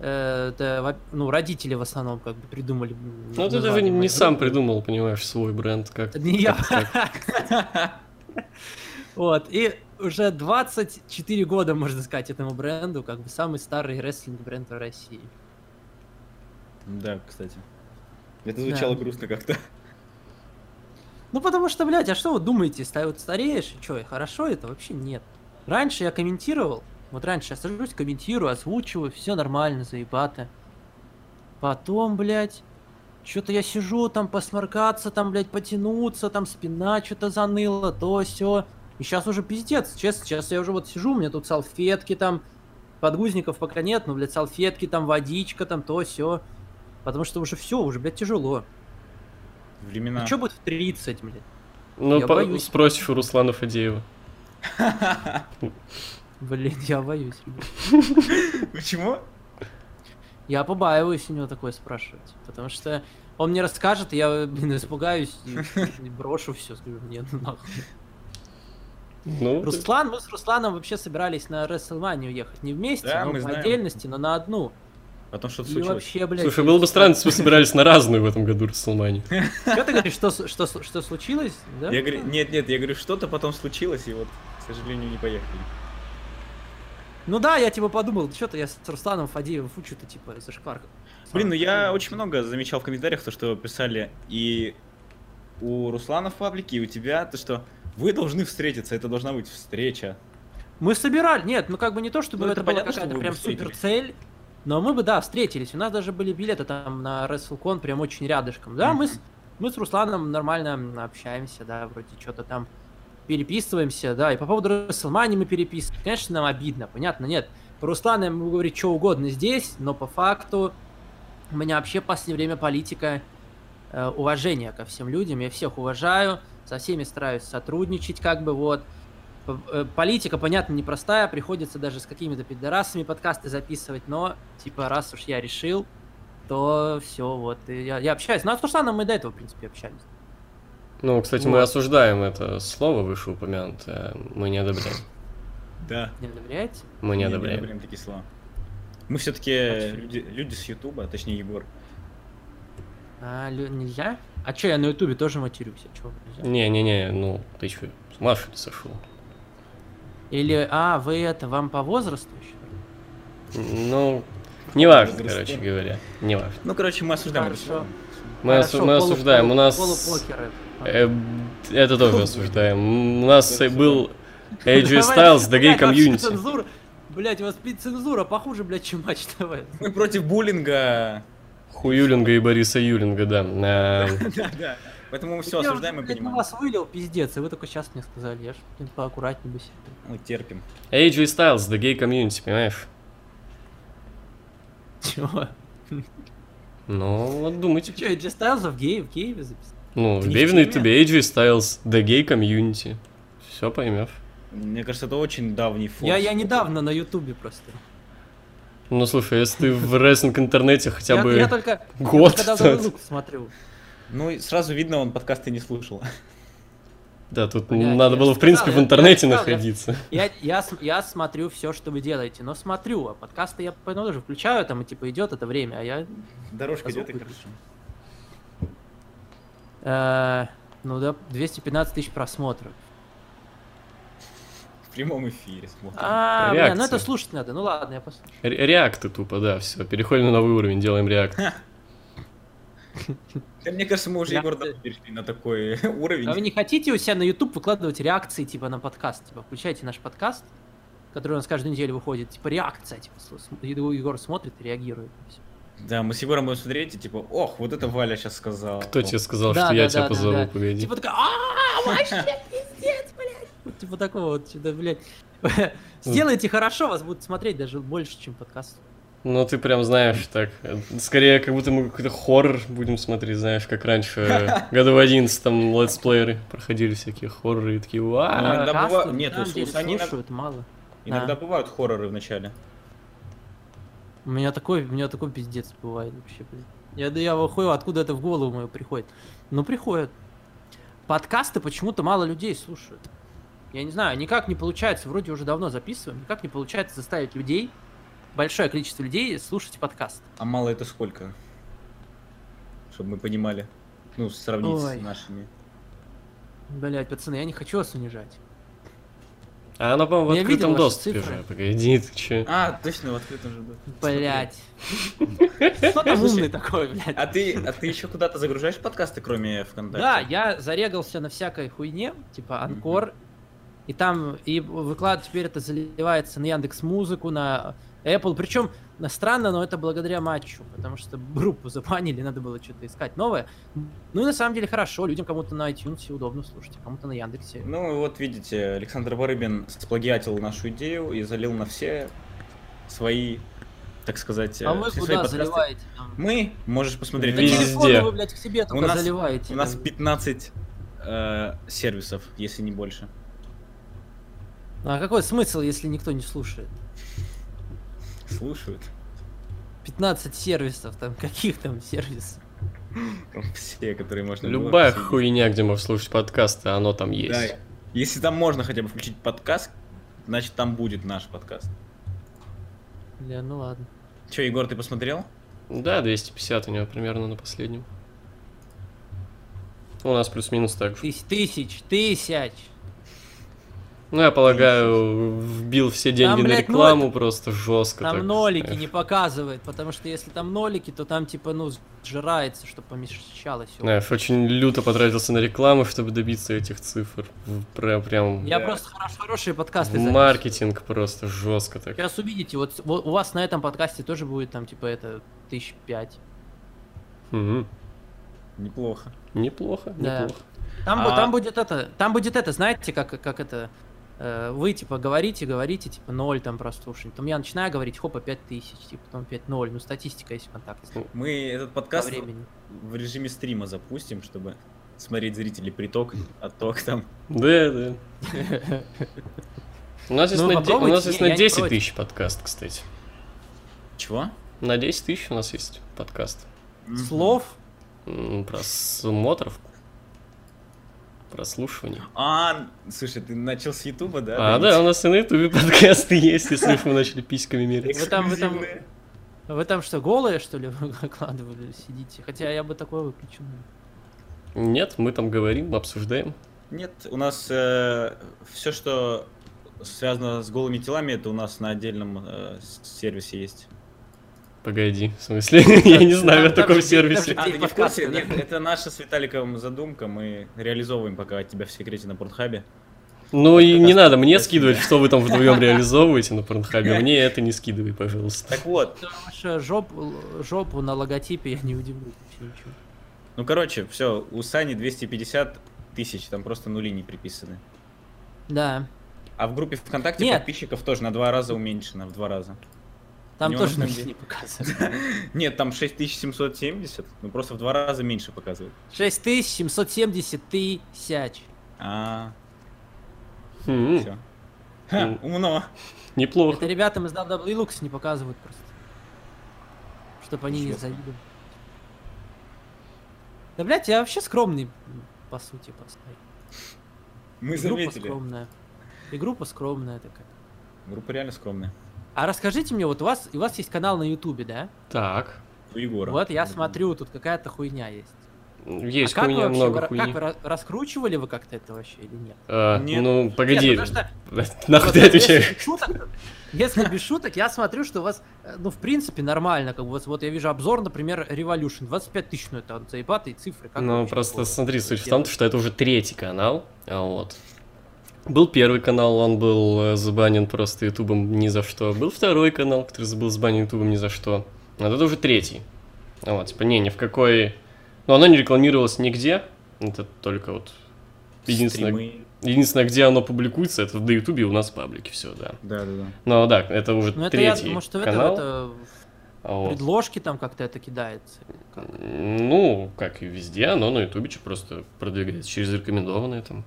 э, это, во- ну, родители в основном, как бы, придумали. м, Ну, ты даже название не моей не сам группы. придумал, понимаешь, свой бренд. Как Это не я. как- как. Вот, и уже 24 года, можно сказать, этому бренду, как бы самый старый рестлинг-бренд в России. Да, кстати. Это звучало Да. грустно как-то. Ну, потому что, блядь, а что вы думаете, ста- вот стареешь, и что, и хорошо это? Вообще нет. Раньше я комментировал, вот раньше я сажусь, комментирую, озвучиваю, все нормально, заебато. Потом, блядь, что-то я сижу там посморкаться, там, блядь, потянуться, там спина что-то заныла, то все. И сейчас уже пиздец, честно, сейчас я уже вот сижу, у меня тут салфетки там, подгузников пока нет, но, блядь, салфетки там, водичка там, то все. Потому что уже все, уже, блядь, тяжело. Времена. Что будет в 30, блядь? Ну, Я по- боюсь. спросишь у Руслана Фадеева. Блин, я боюсь. ребят. Почему? Я побаиваюсь у него такое спрашивать. Потому что он мне расскажет, и я, блин, испугаюсь и, и брошу все. Скажу, нет, ну нахуй. Ну, Руслан, мы с Русланом вообще собирались на WrestleMania ехать. Не вместе, Да, но мы по знаем. отдельности, но на одну. Потом что-то И случилось. вообще, блядь. слушай, было бы странно, если бы вы собирались на разную в этом году Расселмане. Что ты говоришь, что, с- что, с- что случилось? Да? Я говорю, нет, нет, я говорю, что-то потом случилось, и вот, к сожалению, не поехали. Ну да, я типа подумал, что-то я с Русланом Фадеевым фу, что-то типа зашквар. Блин, ну я очень много замечал в комментариях то, что писали и у Руслана в паблике, и у тебя, то, что вы должны встретиться, это должна быть встреча. Мы собирали, нет, ну как бы не то, чтобы Ну, это, это была понятно, что какая-то вы бы прям встретились. супер цель, но мы бы, да, встретились. У нас даже были билеты там на WrestleCon прям очень рядышком. Да, мы с Мы с Русланом нормально общаемся, да, вроде что-то там переписываемся, да, и по поводу Расселмани мы переписываемся. Конечно, нам обидно, понятно, нет. Про Руслана я могу говорить что угодно здесь, но по факту у меня вообще в последнее время политика э, уважения ко всем людям. Я всех уважаю, со всеми стараюсь сотрудничать, как бы вот. П- э, Политика, понятно, непростая, приходится даже с какими-то пидорасами подкасты записывать, но, типа, раз уж я решил, то все, вот, и я, я общаюсь. Ну, а с Русланом мы до этого, в принципе, общались. Ну, кстати, мы Вот. осуждаем это слово вышеупомянутое. Мы не одобряем. Да. Не одобряете? Мы не Не одобряем. одобряем такие слова. Мы все-таки люди, люди с Ютуба, точнее Егор. А, лю- нельзя? А че, я на Ютубе тоже матерюсь, а чё, нельзя? Не-не-не, ну, ты чё, с Машей сошел? Или, а, вы это, вам по возрасту еще? Ну, неважно, Возраст. короче говоря, неважно. Ну, короче, мы осуждаем. Хорошо. Мы, осу- мы осуждаем, у нас... Полупокеры. э, это тоже осуждаем. У нас Это был AJ Давай, Styles, The Gay блядь, вообще Community. Цензура, блядь, у вас пи- цензура похуже, блядь, чем матч ТВ. Мы против буллинга. Хуюлинга и Бориса Юлинга, да. А, Да, да. Поэтому мы все Я, осуждаем и блядь, на понимаем. вас вылил, пиздец, и вы только сейчас мне сказали, я ж, блин, поаккуратнее бы себя. Мы терпим. AJ Styles, The Gay Community, понимаешь? Чего? Ну, вот думайте. Че, Эджи Стайлза в Геев, в Гееве записал? Ну, Ты не в вбей в на теме? ютубе AJ Styles, The Gay Community. Все поймешь. Мне кажется, это очень давний фон. Я, я недавно на Ютубе просто. Ну, слушай, если ты в рестлинг интернете хотя я, бы... я только год, когда то- смотрю. Ну, и сразу видно, он подкасты не слушал. Да, тут Блядь, надо я было, же в принципе, сказал, в я- интернете я же сказал, я- находиться. Я, я, с- я смотрю все, что вы делаете, но смотрю, а подкасты я ну, тоже включаю, там, и типа идет это время, а я... Дорожка Звук идет и выключен. хорошо. э, ну да, 215 тысяч просмотров. В прямом эфире смотрим. А, бля, ну Реакция. это слушать надо, ну ладно, я послушаю. Ре- Реакты тупо, да, все. Переходим на новый уровень, делаем реакт. Да Мне кажется, мы уже, Я- Егор, давно перешли на такой уровень. А вы не хотите у себя на YouTube выкладывать реакции, типа, на подкаст? Типа, включайте наш подкаст, который у нас каждую неделю выходит, типа, реакция, типа, с- с- Егор смотрит и реагирует. и всё. Да, мы с Егором будем смотреть и типа, ох, вот это Валя сейчас сказала. Кто тебе сказал, Да, что я да, тебя да, да, позову, да. погоди. Типа такая, а вообще пиздец, блядь. Вот Типа такого вот, да, блядь. Сделайте хорошо, вас будут смотреть даже больше, чем подкаст. Ну, ты прям знаешь так. э, Скорее, как будто мы какой-то хоррор будем смотреть, знаешь, как раньше э, году в 11 там летсплееры проходили всякие хорроры и такие, «Уа». иногда Подкасты, бывает- на нет, самом у деле, Сани иногда- слушают мало. Иногда Да. бывают хорроры в начале. У меня такой, у меня такой пиздец бывает вообще, блин. Я, да я выхую, откуда это в голову мою приходит. Ну, приходит. Подкасты почему-то мало людей слушают. Я не знаю, никак не получается, вроде уже давно записываем, никак не получается заставить людей, большое количество людей слушать подкаст. А мало это сколько? Чтобы мы понимали. Ну, сравнить Ой. с нашими. Блять, пацаны, я не хочу вас унижать. А она, по-моему, в Я видел открытом ваши доступе цифры. уже. Погоди, ты че? А, точно, в открытом же. да. Блять. Что там Слушай, умный такой, блядь? А ты, а ты еще куда-то загружаешь подкасты, кроме ВКонтакте? Да, я зарегался на всякой хуйне, типа Анкор, и там и выклад теперь это заливается на Яндекс Музыку, на Apple. Причем странно, но это благодаря матчу, потому что группу забанили, надо было что-то искать новое. Ну и на самом деле хорошо, людям кому-то на iTunes удобно слушать, а кому-то на Яндексе. Ну, вот видите, Александр Барыбин сплагиатил нашу идею и залил на все свои, так сказать, А э, вы все свои куда подкасты. заливаете? там? Мы, можешь посмотреть, Да на Везде. телевизоре. телефоны вы, блядь, к себе только нас- заливаете. у нас там. 15 э, сервисов, если не больше. А какой смысл, если никто не слушает? Слушают. 15 сервисов, там каких там сервисов? Все, которые можно было Любая обсудить. хуйня, где можно слушать подкасты, оно там Да, есть. Если там можно хотя бы включить подкаст, значит там будет наш подкаст. Бля, ну ладно. Че, Егор, ты посмотрел? Да, 250 у него примерно на последнем. У нас плюс-минус так же. Тыс- тысяч, тысяч. Ну, я полагаю, вбил все деньги Там, на блядь, рекламу просто жестко. Там так, нолики знаешь. не показывает, потому что если там нолики, то там типа, ну, сжирается, чтобы помещалось. всё. Знаешь, очень люто потратился на рекламу, чтобы добиться этих цифр. В- Прям, прям Я да. просто хорошо, хорошие в подкасты записываю. маркетинг просто жестко так. Сейчас увидите, вот, с- вот у вас на этом подкасте тоже будет там, типа, это, тысяч пять. Мгм. Неплохо. Неплохо, Да. неплохо. Там, бу- А- там будет это, там будет это, знаете, как, как это, э, вы, типа, говорите, говорите, типа, ноль там прослушаний. Потом я начинаю говорить, хопа, пять тысяч, типа, потом пять ноль. Ну, статистика есть в контакте. Мы этот По подкаст времени. в режиме стрима запустим, чтобы смотреть зрителей приток, отток там. Да, да. У нас есть Ну, на де- у нас попробуйте, есть на не, я не 10 против. тысяч подкаст, кстати. Чего? На 10 тысяч у нас есть подкаст. Мгм. Слов. М, Просмотров. Прослушиваний. А, слушай, ты начал с Ютуба, да? А, да, у нас и на Ютубе подкасты есть, если уж мы начали письками мериться. Вы там- вы там- Эксклюзивные. Ну, Вы там что, голые, что ли, выкладывали, сидите? Хотя я бы такое выключил. Нет, мы там говорим, обсуждаем. Нет, у нас все, что связано с голыми телами, это у нас на отдельном э, с- сервисе есть. Погоди, в смысле? Я не знаю о Там- там таком же- сервисе. там А, ты Идея не в курсе? подкаста, Нет, да. это наша с Виталиком задумка, мы реализовываем пока от тебя в секрете на Портхабе. Ну и не подкаст. надо мне скидывать, что вы там вдвоем реализовываете на Порнхабе. Мне это не скидывай, пожалуйста. Так вот, Потому что жопу, жопу на логотипе я не удивлюсь вообще ничего. ну короче, все, у Сани 250 тысяч, там просто нули не приписаны. Да, А в группе ВКонтакте Нет. подписчиков тоже на два раза уменьшено, в два раза. там Не, у тоже нас там нули где- не показывают. Нет, там 6770, ну просто в два раза меньше показывает. 6770 тысяч. А, М, все. Ну, Ха, умно. Это Неплохо. ребятам из WWE Lux не показывают просто. Чтоб они не Жёстко. завидовали. Да, блядь, я вообще скромный, м, по сути, поставил. Мы И группа заметили. скромная. И группа скромная такая. Группа реально скромная. А расскажите мне, вот у вас, у вас есть канал на Ютубе, да? Так, У Егора. Вот я Мгм. смотрю, тут какая-то хуйня есть. есть а как у меня вы вообще, вы много ра- хуйни. как вы ра- раскручивали вы как-то это вообще или нет? А, Нет. Ну, Нет, погоди, потому что нахуй Вот ты если отвечаешь? без шуток, Если без шуток, я смотрю, что у вас, э, ну, в принципе, нормально. Как бы вот, вот я вижу обзор, например, Revolution. 25 тысяч, ну, это заебатые цифры. Как Ну, вообще просто такое смотри, суть в делать? том, что это уже третий канал, а вот. Был первый канал, он был э, забанен просто Ютубом ни за что. Был второй канал, который был забанен Ютубом ни за что. А это уже третий. А Вот, типа, не, ни в какой... Ну, оно не рекламировалось нигде. Это только вот... Единственное, Стримы. единственное, где оно публикуется, это на Ютубе у нас в паблике, все, да. Да, да, да. Но да, это уже Ну, это я третий думаю, что это, канал. это а в вот. предложке там как-то это кидается. Как? Ну, как и везде, оно на Ютубе чё просто продвигается через рекомендованные там.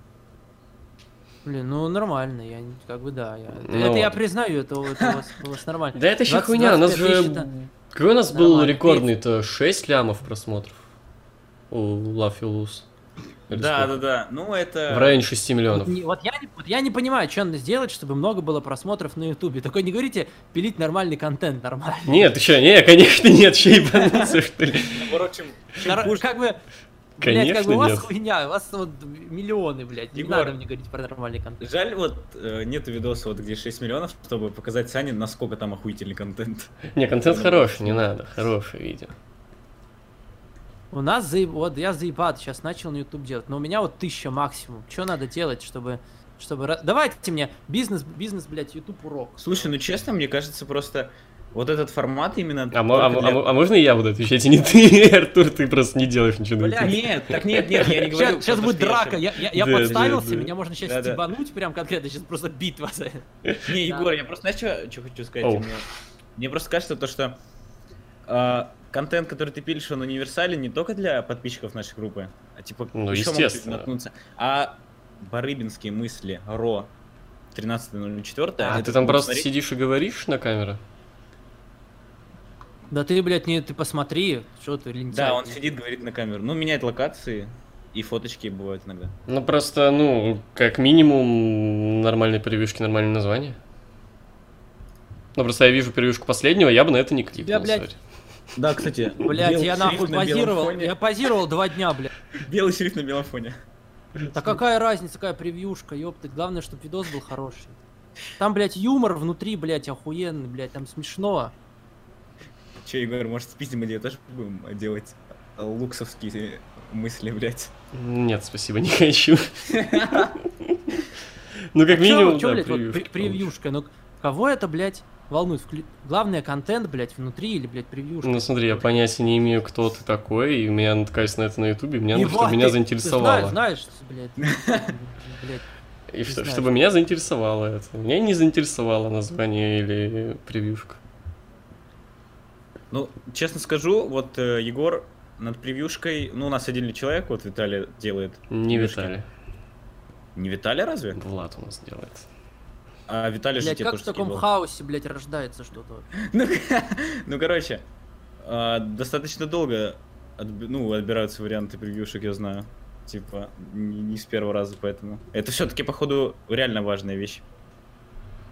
Блин, ну, нормально, я не- как бы, да. я- Ну это я вот. признаю, это, у- это у, вас, у вас нормально. Да это еще 20 хуйня, у нас 25 же... тысяч это Какой у нас был нормально, рекордный-то? 6 лямов просмотров у Love You Lose. Или Да, да, сколько? да. Ну, это... В районе 6 миллионов. Вот, не- вот я, не- вот я не понимаю, что надо сделать, чтобы много было просмотров на Ютубе. Такой не говорите, пилить нормальный контент нормально. Нет, ты чё, не, конечно нет, че ебануться, что ли? Наоборот, чем- чем Нар- хуже. Как бы, блядь, Конечно как бы у вас нет. хуйня, у вас вот миллионы, блядь. Не Егор. надо мне говорить про нормальный контент. Жаль, вот э, нету видоса, вот где 6 миллионов, чтобы показать Сане, насколько там охуительный контент. Не, контент хороший, не надо, хорошее видео. У нас заеб... вот я заебат сейчас начал на YouTube делать, но у меня вот тысяча максимум. Что надо делать, чтобы чтобы ра- давайте мне бизнес бизнес блядь, YouTube урок. Слушай, ну честно, мне кажется, просто вот этот формат именно... А, мо- а только мо- для- а мо- а можно я буду отвечать, и не ты, Артур, ты просто не делаешь ничего на Бля, Ютубе. Нет, так нет, нет, я не говорю. сейчас, сейчас потому будет что я драка, я, я, я Да, да, подставился, да. меня можно сейчас Да, да. стебануть прям конкретно, сейчас просто битва за это. ошиб- Не, Егор, я просто, знаешь, что хочу сказать? Оу. Мне, мне просто кажется то, что а, контент, который ты пилишь, он универсален не только для подписчиков нашей группы, а типа Ну, ещё могут естественно. наткнуться. а барыбинские мысли, РО, 13.04. А, это ты там будет просто смотреть- сидишь и говоришь на камеру? Да ты, блядь, не, ты посмотри, что ты лентяй. Да, он сидит, говорит на камеру. Ну, меняет локации, и фоточки бывают иногда. Ну просто, ну, как минимум, нормальные превьюшки, нормальное название. Ну просто я вижу превьюшку последнего, я бы на это не кликнул, блядь, сори. Да, кстати. Блядь, я нахуй позировал, я позировал два дня, блядь. Белый шрифт на белом фоне. Да какая разница, какая превьюшка, ёптать. Главное, чтобы видос был хороший. Там, блядь, юмор внутри, блядь, охуенный, блядь, там смешно. Че, Егор, может, спиздим или тоже будем делать э, луксовские мысли, блядь. Нет, спасибо, не хочу. Ну как Чё- минимум, чё, да, блядь, вот превьюшки пре- превьюшка, ну кого это, блядь, волнует. Вклю- Главное контент, блядь, внутри или, блядь, превьюшка. Ну смотри, я понятия не имею, кто ты такой, и у меня наткаюсь на это на ютубе, мне надо, Ебать, чтобы меня ты- заинтересовало. Ты знаешь, знаешь, блядь, блядь, И что- знаешь. чтобы меня заинтересовало это. Меня не заинтересовало название или превьюшка. Ну, честно скажу, вот э, Егор над превьюшкой, ну, у нас отдельный человек, вот Виталий делает. Не Превьюшки. Виталий. Не Виталий разве? Влад у нас делает. А Виталий же блядь, тебе как в тоже таком скидывал. хаосе, блядь, рождается что-то? Ну, ну, короче, а, достаточно долго отби- ну, отбираются варианты превьюшек, я знаю. Типа, не, не с первого раза, поэтому. Это все-таки, походу, реально важная вещь.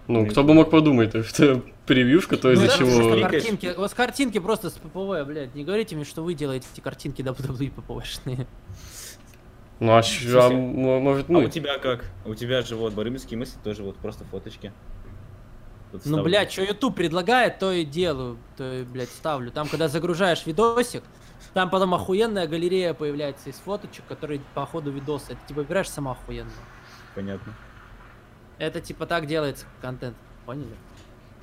Ну, Ну, кто бы мог подумать, то, что превьюшка, то из-за Ну, да, ты же потому чего... что кликаешь. картинки- У вас картинки просто с ППВ, блядь. Не говорите мне, что вы делаете эти картинки WWE ППВшные. Ну, а, чё, а смысле? м- может, А ну, у тебя как? У тебя же вот барымские мысли тоже вот просто фоточки. Тут Ну, вставлены. блядь, что YouTube предлагает, то и делаю, то и, блядь, ставлю. Там, когда загружаешь видосик, там потом охуенная галерея появляется из фоточек, которые по ходу видоса. Это типа выбираешь сама охуенно. Понятно. Это типа так делается контент. Поняли?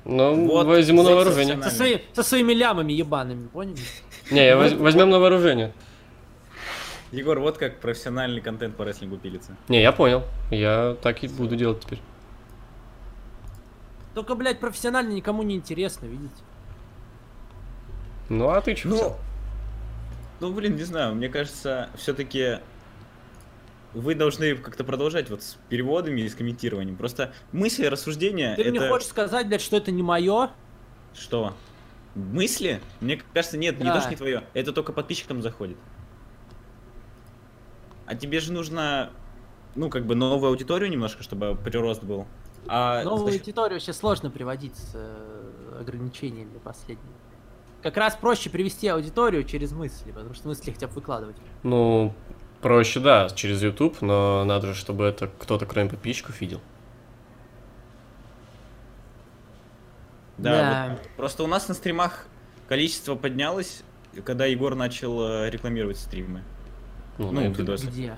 ну, Вот, возьму на вот вооружение. Нами. Со, свои- со своими лямами ебаными, поняли? Не, я Ну, воз- возьмем на вооружение. Егор, вот как профессиональный контент по рестлингу пилится. Не, я понял. Я так и буду делать теперь. Только, блядь, профессионально никому не интересно, видите? Ну, а ты чё? хотел? Ну, блин, не знаю, мне кажется, все-таки вы должны как-то продолжать вот с переводами и с комментированием. Просто мысли, рассуждения, Ты это... мне хочешь сказать, блядь, что это не мое? Что? Мысли? Мне кажется, нет, не Да. то, что не твое. Это только подписчикам заходит. А тебе же нужно, ну, как бы новую аудиторию немножко, чтобы прирост был. А Новую значит, аудиторию сейчас сложно приводить с э, ограничениями последними. Как раз проще привести аудиторию через мысли, потому что мысли хотя бы выкладывать. Ну, проще, да, через YouTube, но надо же, чтобы это кто-то, кроме подписчиков, видел. да, вот просто у нас на стримах количество поднялось, когда Егор начал э, рекламировать стримы Ну, Ну, на YouTube. видос. где?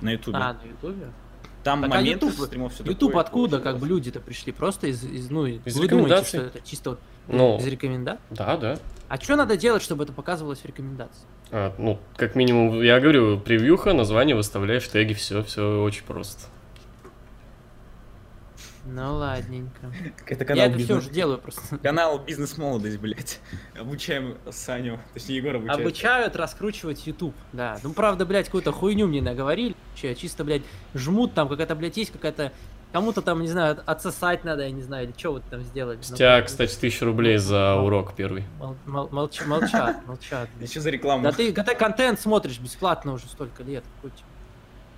на Ютубе. А, на Ютубе? Там Так, а момент YouTube- стримов все Ютуб откуда, как бы люди-то пришли? Просто из, из ну, Из вы думаете, рекомендаций. что это чисто вот Ну, из рекомендаций? да, да. А что надо делать, чтобы это показывалось в рекомендации? А, ну, как минимум, я говорю, превьюха, название выставляешь, теги, все, все очень просто. Ну ладненько. Это Я канал это все бизнес. уже делаю просто. Канал бизнес молодость, блять. Обучаем Саню, точнее Егора обучаем. Обучают раскручивать YouTube, да. Ну, правда, блядь, какую-то хуйню мне наговорили. Че, чисто, блядь, жмут там, какая-то, блядь, есть какая-то... Кому-то там, не знаю, от- отсосать надо, я не знаю, или что вот там сделали. Ну, С тебя, кстати, тысяча рублей за Ну. урок первый. мол- мол- молч- молчат, молчат. блядь. Еще за рекламу. Да ты, да ты контент смотришь бесплатно уже столько лет, какой тебе?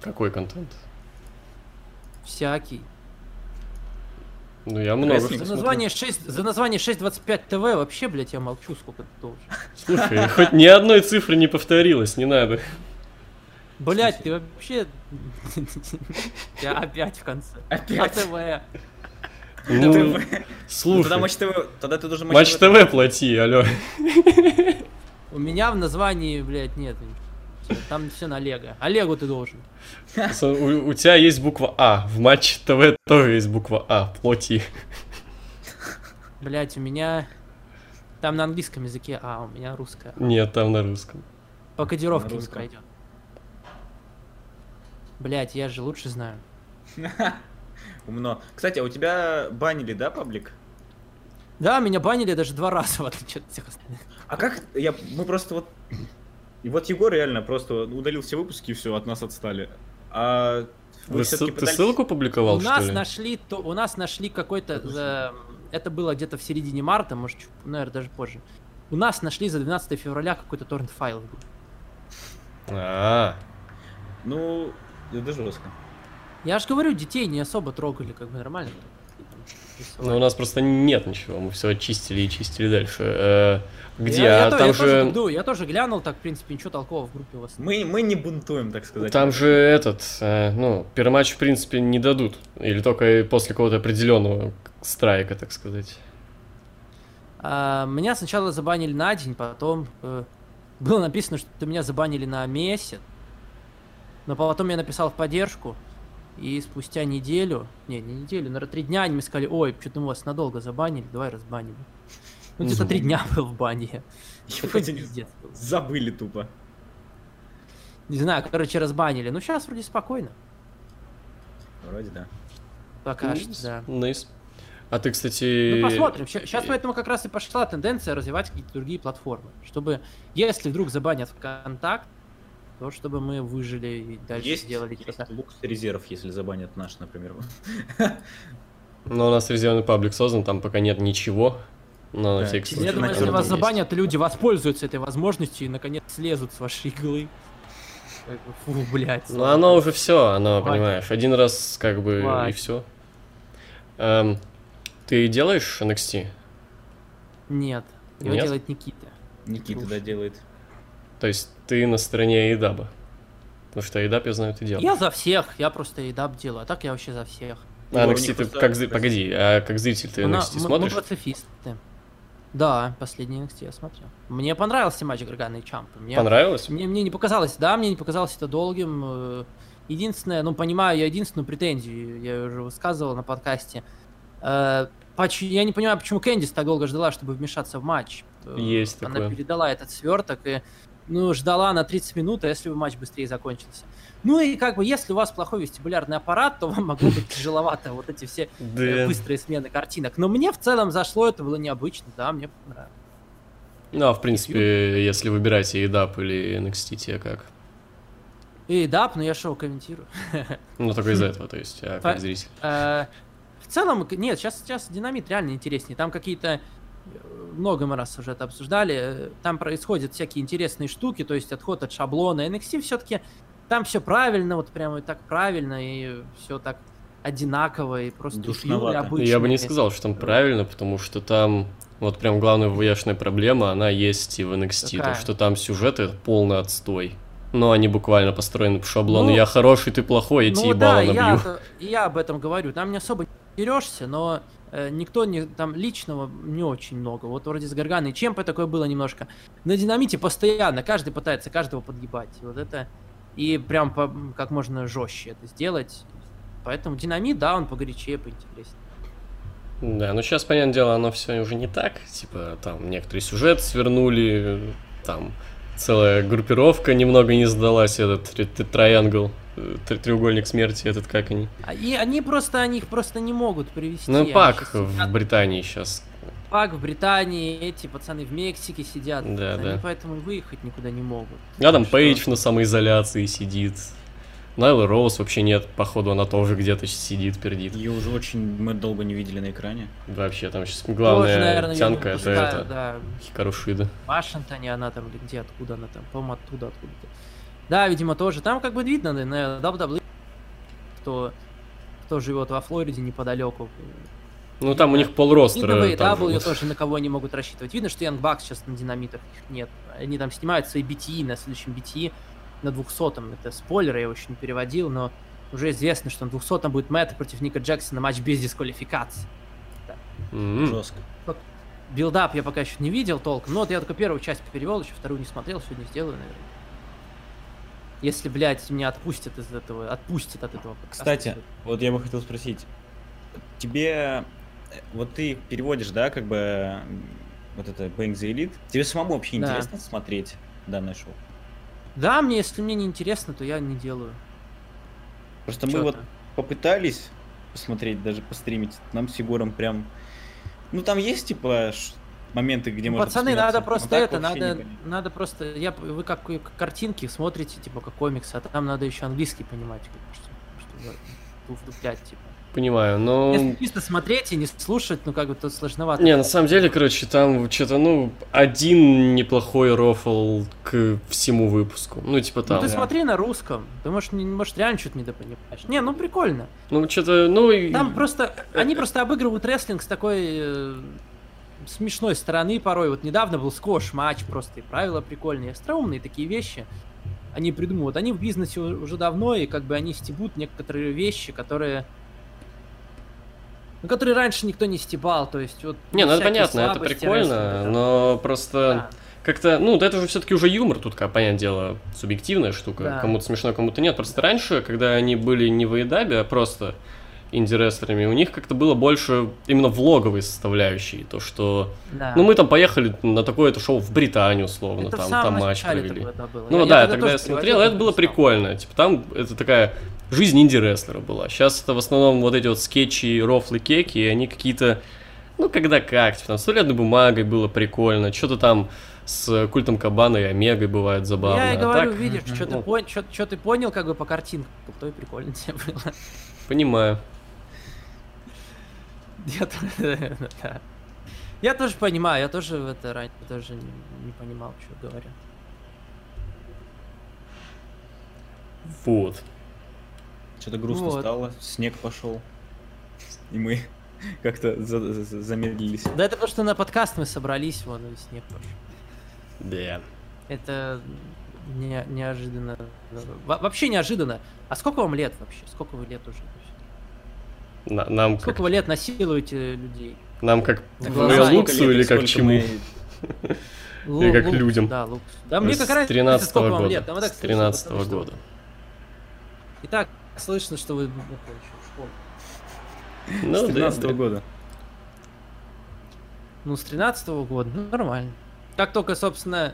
Какой контент? всякий. Ну, я много. Рестлинг. что- За название, 6, за название 625 ТВ вообще, блядь, я молчу, сколько ты должен. Слушай, хоть ни одной цифры не повторилось, не надо. Блядь, ты вообще... Я опять в конце. А Опять. АТВ. Ну, Ну, тогда слушай, Матч ТВ, тогда ты должен Матч ТВ плати, алло. У меня в названии, блядь, нет. Всё, Там все на Лего. Олегу ты должен. Со- У, у тебя есть буква А, в Матч ТВ тоже есть буква А, плати. Блядь, у меня... Там на английском языке, а у меня русская. Нет, там на русском. По кодировке На не русском. пройдет. Блядь, я же лучше знаю. Умно. Кстати, а у тебя банили, да, паблик? Да, меня банили даже два раза, в отличие от всех остальных. А как я, мы просто вот, и вот Егор реально просто удалил все выпуски и все от нас отстали. А вы Вы всё-таки ссыл- ты пытались- ссылку публиковал, у что нас ли? нашли, то, у нас нашли какой-то, за- это было где-то в середине марта, может, чуть- наверное, даже позже. У нас нашли за 12 февраля какой-то торрент файл. А, Ну, это жестко. Я же говорю, детей не особо трогали, как бы нормально. ну у нас просто нет ничего, мы все чистили и чистили дальше. Э, где? Я, я а то- там я тоже, же... гляну, я тоже глянул, так, в принципе, ничего толкового в группе у вас нет. Мы, мы не бунтуем, так сказать. Там же этот, э, ну, перматч в принципе не дадут. Или только после какого-то определенного страйка, так сказать. А, меня сначала забанили на день, потом э, было написано, что меня забанили на месяц. Но потом я написал в поддержку, И спустя неделю, не, не неделю, наверное, три дня они мне сказали, ой, что-то мы вас надолго забанили, давай разбаним. Ну, где-то три дня был в бане. я. Такой Ебать, они пиздец был. Забыли тупо. Не знаю, короче, разбанили. Ну, сейчас вроде спокойно. Вроде да. Пока что, да. Nice. А ты, Ну, кстати... посмотрим. Сейчас поэтому как раз и пошла тенденция развивать какие-то другие платформы. Чтобы, если вдруг забанят ВКонтакт, то чтобы мы выжили и дальше Есть, сделали есть что-то. лук резерв, если забанят наш, например. Но Ну, у нас резервный паблик создан, там пока нет ничего. Но на Да, всякий Я Слушай, случай. думаю, наверное, если вас есть. забанят, люди воспользуются этой возможностью и наконец слезут с вашей иглы. Как бы, Фу, блядь. Ну, оно уже все, оно, Хватит. понимаешь, один раз как бы и Хватит. все. ты делаешь NXT? Нет, его Нет? делает Никита. Никита Слушай. доделает. То есть ты на стороне Эйдаба? Потому что Эйдаб, я знаю, ты делал. Я за всех, я просто едап делаю, а так я вообще за всех. А Ну, у NXT них ты просто- как... зри- Погоди, а как зритель ты Она- NXT мы- смотришь? Мы пацифисты. Да, последний NXT я смотрел. Мне понравился матч Гаргана и Чампа. Мне, Понравилось? мне, мне не показалось, да, мне не показалось это долгим. э, Единственное, ну, понимаю, я единственную претензию, я её уже высказывал на подкасте. Э, поч- Я не понимаю, почему Кэндис так долго ждала, чтобы вмешаться в матч. Э, Есть Она такое. передала этот сверток и, ну, ждала на 30 минут, а если бы матч быстрее закончился. Ну и как бы, если у вас плохой вестибулярный аппарат, то вам могло быть тяжеловато вот эти все э, Да. быстрые смены картинок. Но мне в целом зашло, это было необычно, да, мне понравилось. Ну, а в принципе, если выбирать Эйдаб или NXT, тебе как? И да, но я шоу комментирую. Ну, только из-за этого, то есть, а как По- зритель. Э, В целом, к- нет, сейчас, сейчас динамит реально интереснее. Там какие-то э, много мы раз уже это обсуждали. э, Там происходят всякие интересные штуки, то есть отход от шаблона. NXT все-таки там все правильно, вот прямо и так правильно, и все так одинаково, и просто Душновато. Я бы не сказал, что там правильно, потому что там вот прям главная ваяшная проблема, она есть и в NXT, Какая? то что там сюжеты полный отстой. Но они буквально построены по шаблону Ну, «я хороший, ты плохой, я тебе ну да, ебало я, набью». это- и я об этом говорю. Там не особо дерешься, но э, никто не там личного не очень много. Вот вроде с Гарганой и Чемпой такое было немножко. На динамите постоянно каждый пытается каждого подъебать. И вот это и прям по- как можно жестче это сделать. Поэтому динамит, да, он погорячее, поинтереснее. Да, ну сейчас, понятное дело, оно все уже не так. Типа там некоторый сюжет свернули, там целая группировка немного не сдалась, этот тре- тре- триангл, э, тре- треугольник смерти, этот как они. А, И они просто, они их просто не могут привести. Ну, Они Пак щас сидят. в Британии сейчас. Пак в Британии, эти пацаны в Мексике сидят. Да, они да. поэтому и выехать никуда не могут. А там Ну Что? Пейдж на самоизоляции сидит. Найл Роуз вообще нет, походу она тоже где-то сидит, пердит. Ее уже очень мы долго не видели на экране. Вообще там сейчас Тоже, главная наверное, её не тянка это, выпускают, это да. Хикару Шида. В Вашингтоне она там или где, откуда она там, по-моему, оттуда, откуда-то. Да, видимо, тоже. Там как бы видно на- на WWE, кто, кто живет во Флориде неподалеку. Ну там у них пол ростера. Видно, в там AEW живут. тоже на кого они могут рассчитывать. Видно, что Young Bucks сейчас на динамитах их нет. Они там снимают свои BTE на следующем BTE, на 200-м. Это спойлер, я его еще не переводил, но уже известно, что на 200-м будет Мэтт против Ника Джексона матч без дисквалификации. Хм. М. Жестко. Билдап я пока еще не видел толком, но вот я только первую часть перевел, еще вторую не смотрел, сегодня сделаю, наверное. Если, блядь, меня отпустят из этого, отпустят от этого. подкаста. Кстати, вот я бы хотел спросить. Тебе... э, Вот ты переводишь, да, как бы м, вот это Bang the Elite. Тебе самому вообще Да. интересно смотреть данное шоу? Да, мне, если мне не интересно, то я не делаю. Просто мы чё-то. вот попытались посмотреть, даже постримить. Нам с Егором прям... Ну, там есть, типа, ш- моменты, где Ну, можно... Пацаны, посмеяться, надо но просто так это, вообще надо, непонятно. надо просто, я, п- вы как, как картинки смотрите, типа, как комиксы, а там надо еще английский понимать, как- что, что за- ну, вдуплять, типа. Понимаю, но... Ну, Если чисто смотреть и не слушать, ну, как бы, то сложновато. Не, на самом деле, короче, там что-то, ну, один неплохой рофл к всему выпуску. Ну, типа ну, там. ты Ну, да. смотри на русском, ты, может, не, может реально что-то недопонимаешь. Не, ну, прикольно. что-то, ну, и- Там просто э, они просто обыгрывают рестлинг с такой э, смешной стороны порой. Вот недавно был скош матч просто и правила прикольные, остроумные такие вещи. Они придумывают. Они в бизнесе у- уже давно и как бы они стебут некоторые вещи, которые ну, которые раньше никто не стебал, то есть вот Не, ну это всякие понятно, это слабости прикольно, рестлинга, да. но просто Да. как-то, ну, да это же все-таки уже юмор тут, как, понятное дело, субъективная штука. Да. Кому-то смешно, кому-то нет. Просто раньше, когда они были не в Эйдабе, а просто инди-рестлерами, у них как-то было больше именно влоговой составляющей. То, что... Да. Ну, мы там поехали на такое-то шоу в Британию, условно, Это в там, там самом матч начале провели. тогда было. Ну да, я тоже тогда я приводил, смотрел, и это как было перестал. прикольно. Типа там это такая жизнь инди-рестлера была. Сейчас это в основном вот эти вот скетчи, рофлы, кеки, и они какие-то, ну когда как, типа там с туалетной бумагой было прикольно, что-то там с культом кабана и омегой бывает забавно. Я и А говорю, так, видишь, что ты, ну. пон... чё- чё ты понял, как бы по картинкам, то и прикольно тебе было. понимаю. Я, тоже- да. Я тоже понимаю, я тоже в это раньше тоже не не понимал, что говорю. Вот. Что-то грустно Вот. стало, снег пошел. И мы как-то за- за- за- замедлились. Да это потому что на подкаст мы собрались, вон, и снег пошел. Да. Это не- неожиданно. Во- вообще неожиданно. А сколько вам лет вообще? Сколько вы лет уже? На- нам, как, Сколько вы лет насилуете людей? нам как Так в вам Мэй сколько Луксу или как чему? Лу- Или как лукс, людям. Да, лукс. Да А мне как С раз 13 сколько вам года. лет. Да мы так С слышим, 13 потому что- года. И так слышно, что вы ну, окончили школу. Ну, С да, 13 да. года. Ну, с 13 года, ну, нормально. Как только, собственно,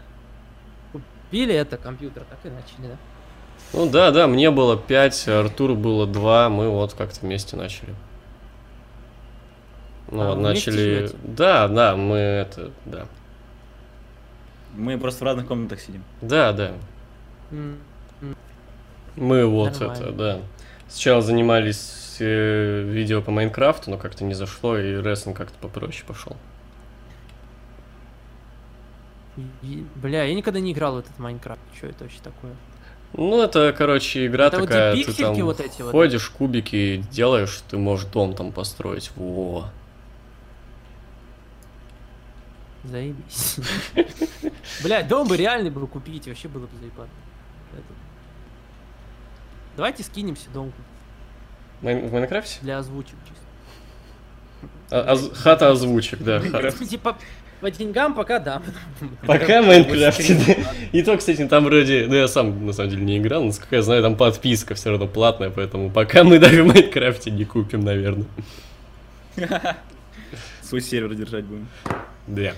купили это компьютер, так и начали, да? Ну да, да, мне было 5, Артуру было 2, мы вот как-то вместе начали. Ну А, вот, вы вместе начали... живете? Да, да, мы это, да. Мы просто в разных комнатах сидим. Да, да, М, мы вот Нормально. это, да. Сначала занимались э, видео по Майнкрафту, но как-то не зашло, и рестлинг как-то попроще пошел. и- Бля, я никогда не играл в этот Майнкрафт. Что это вообще такое? Ну, это, короче, игра Это вот эти такая, ты пиксельки там вот эти вот? ходишь, кубики делаешь, ты можешь дом там построить, во. Заебись. Бля, дом бы реально бы купить, вообще было бы заебато. Это- Давайте скинемся дом купить Майн- В Майнкрафте? для озвучек чисто. А- оз- хата озвучек, да. хата. Типа, по деньгам пока да. Пока Майнкрафте, да. И то, кстати, там вроде... Ну, я сам, на самом деле, не играл, но, насколько я знаю, там подписка все равно платная, поэтому пока мы даже в Майнкрафте не купим, наверное. Свой сервер держать будем. Да.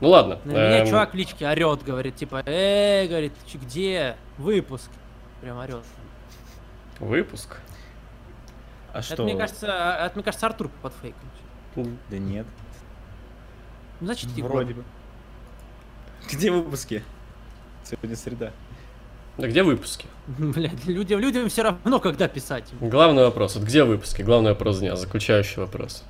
Ну, ладно. На меня эм, чувак в личке орет, говорит, типа, эй, говорит, «Ты чё, где выпуск? Прям орет. Выпуск? А что? Это, мне кажется, а- это, мне кажется, Артур под фейком. Да нет. Ну, значит, ты Вроде бы. Где выпуски? Сегодня среда. Да где выпуски? Блядь, людям, людям все равно, когда писать. Главный вопрос. Вот где выпуски? Главный вопрос дня, заключающий вопрос.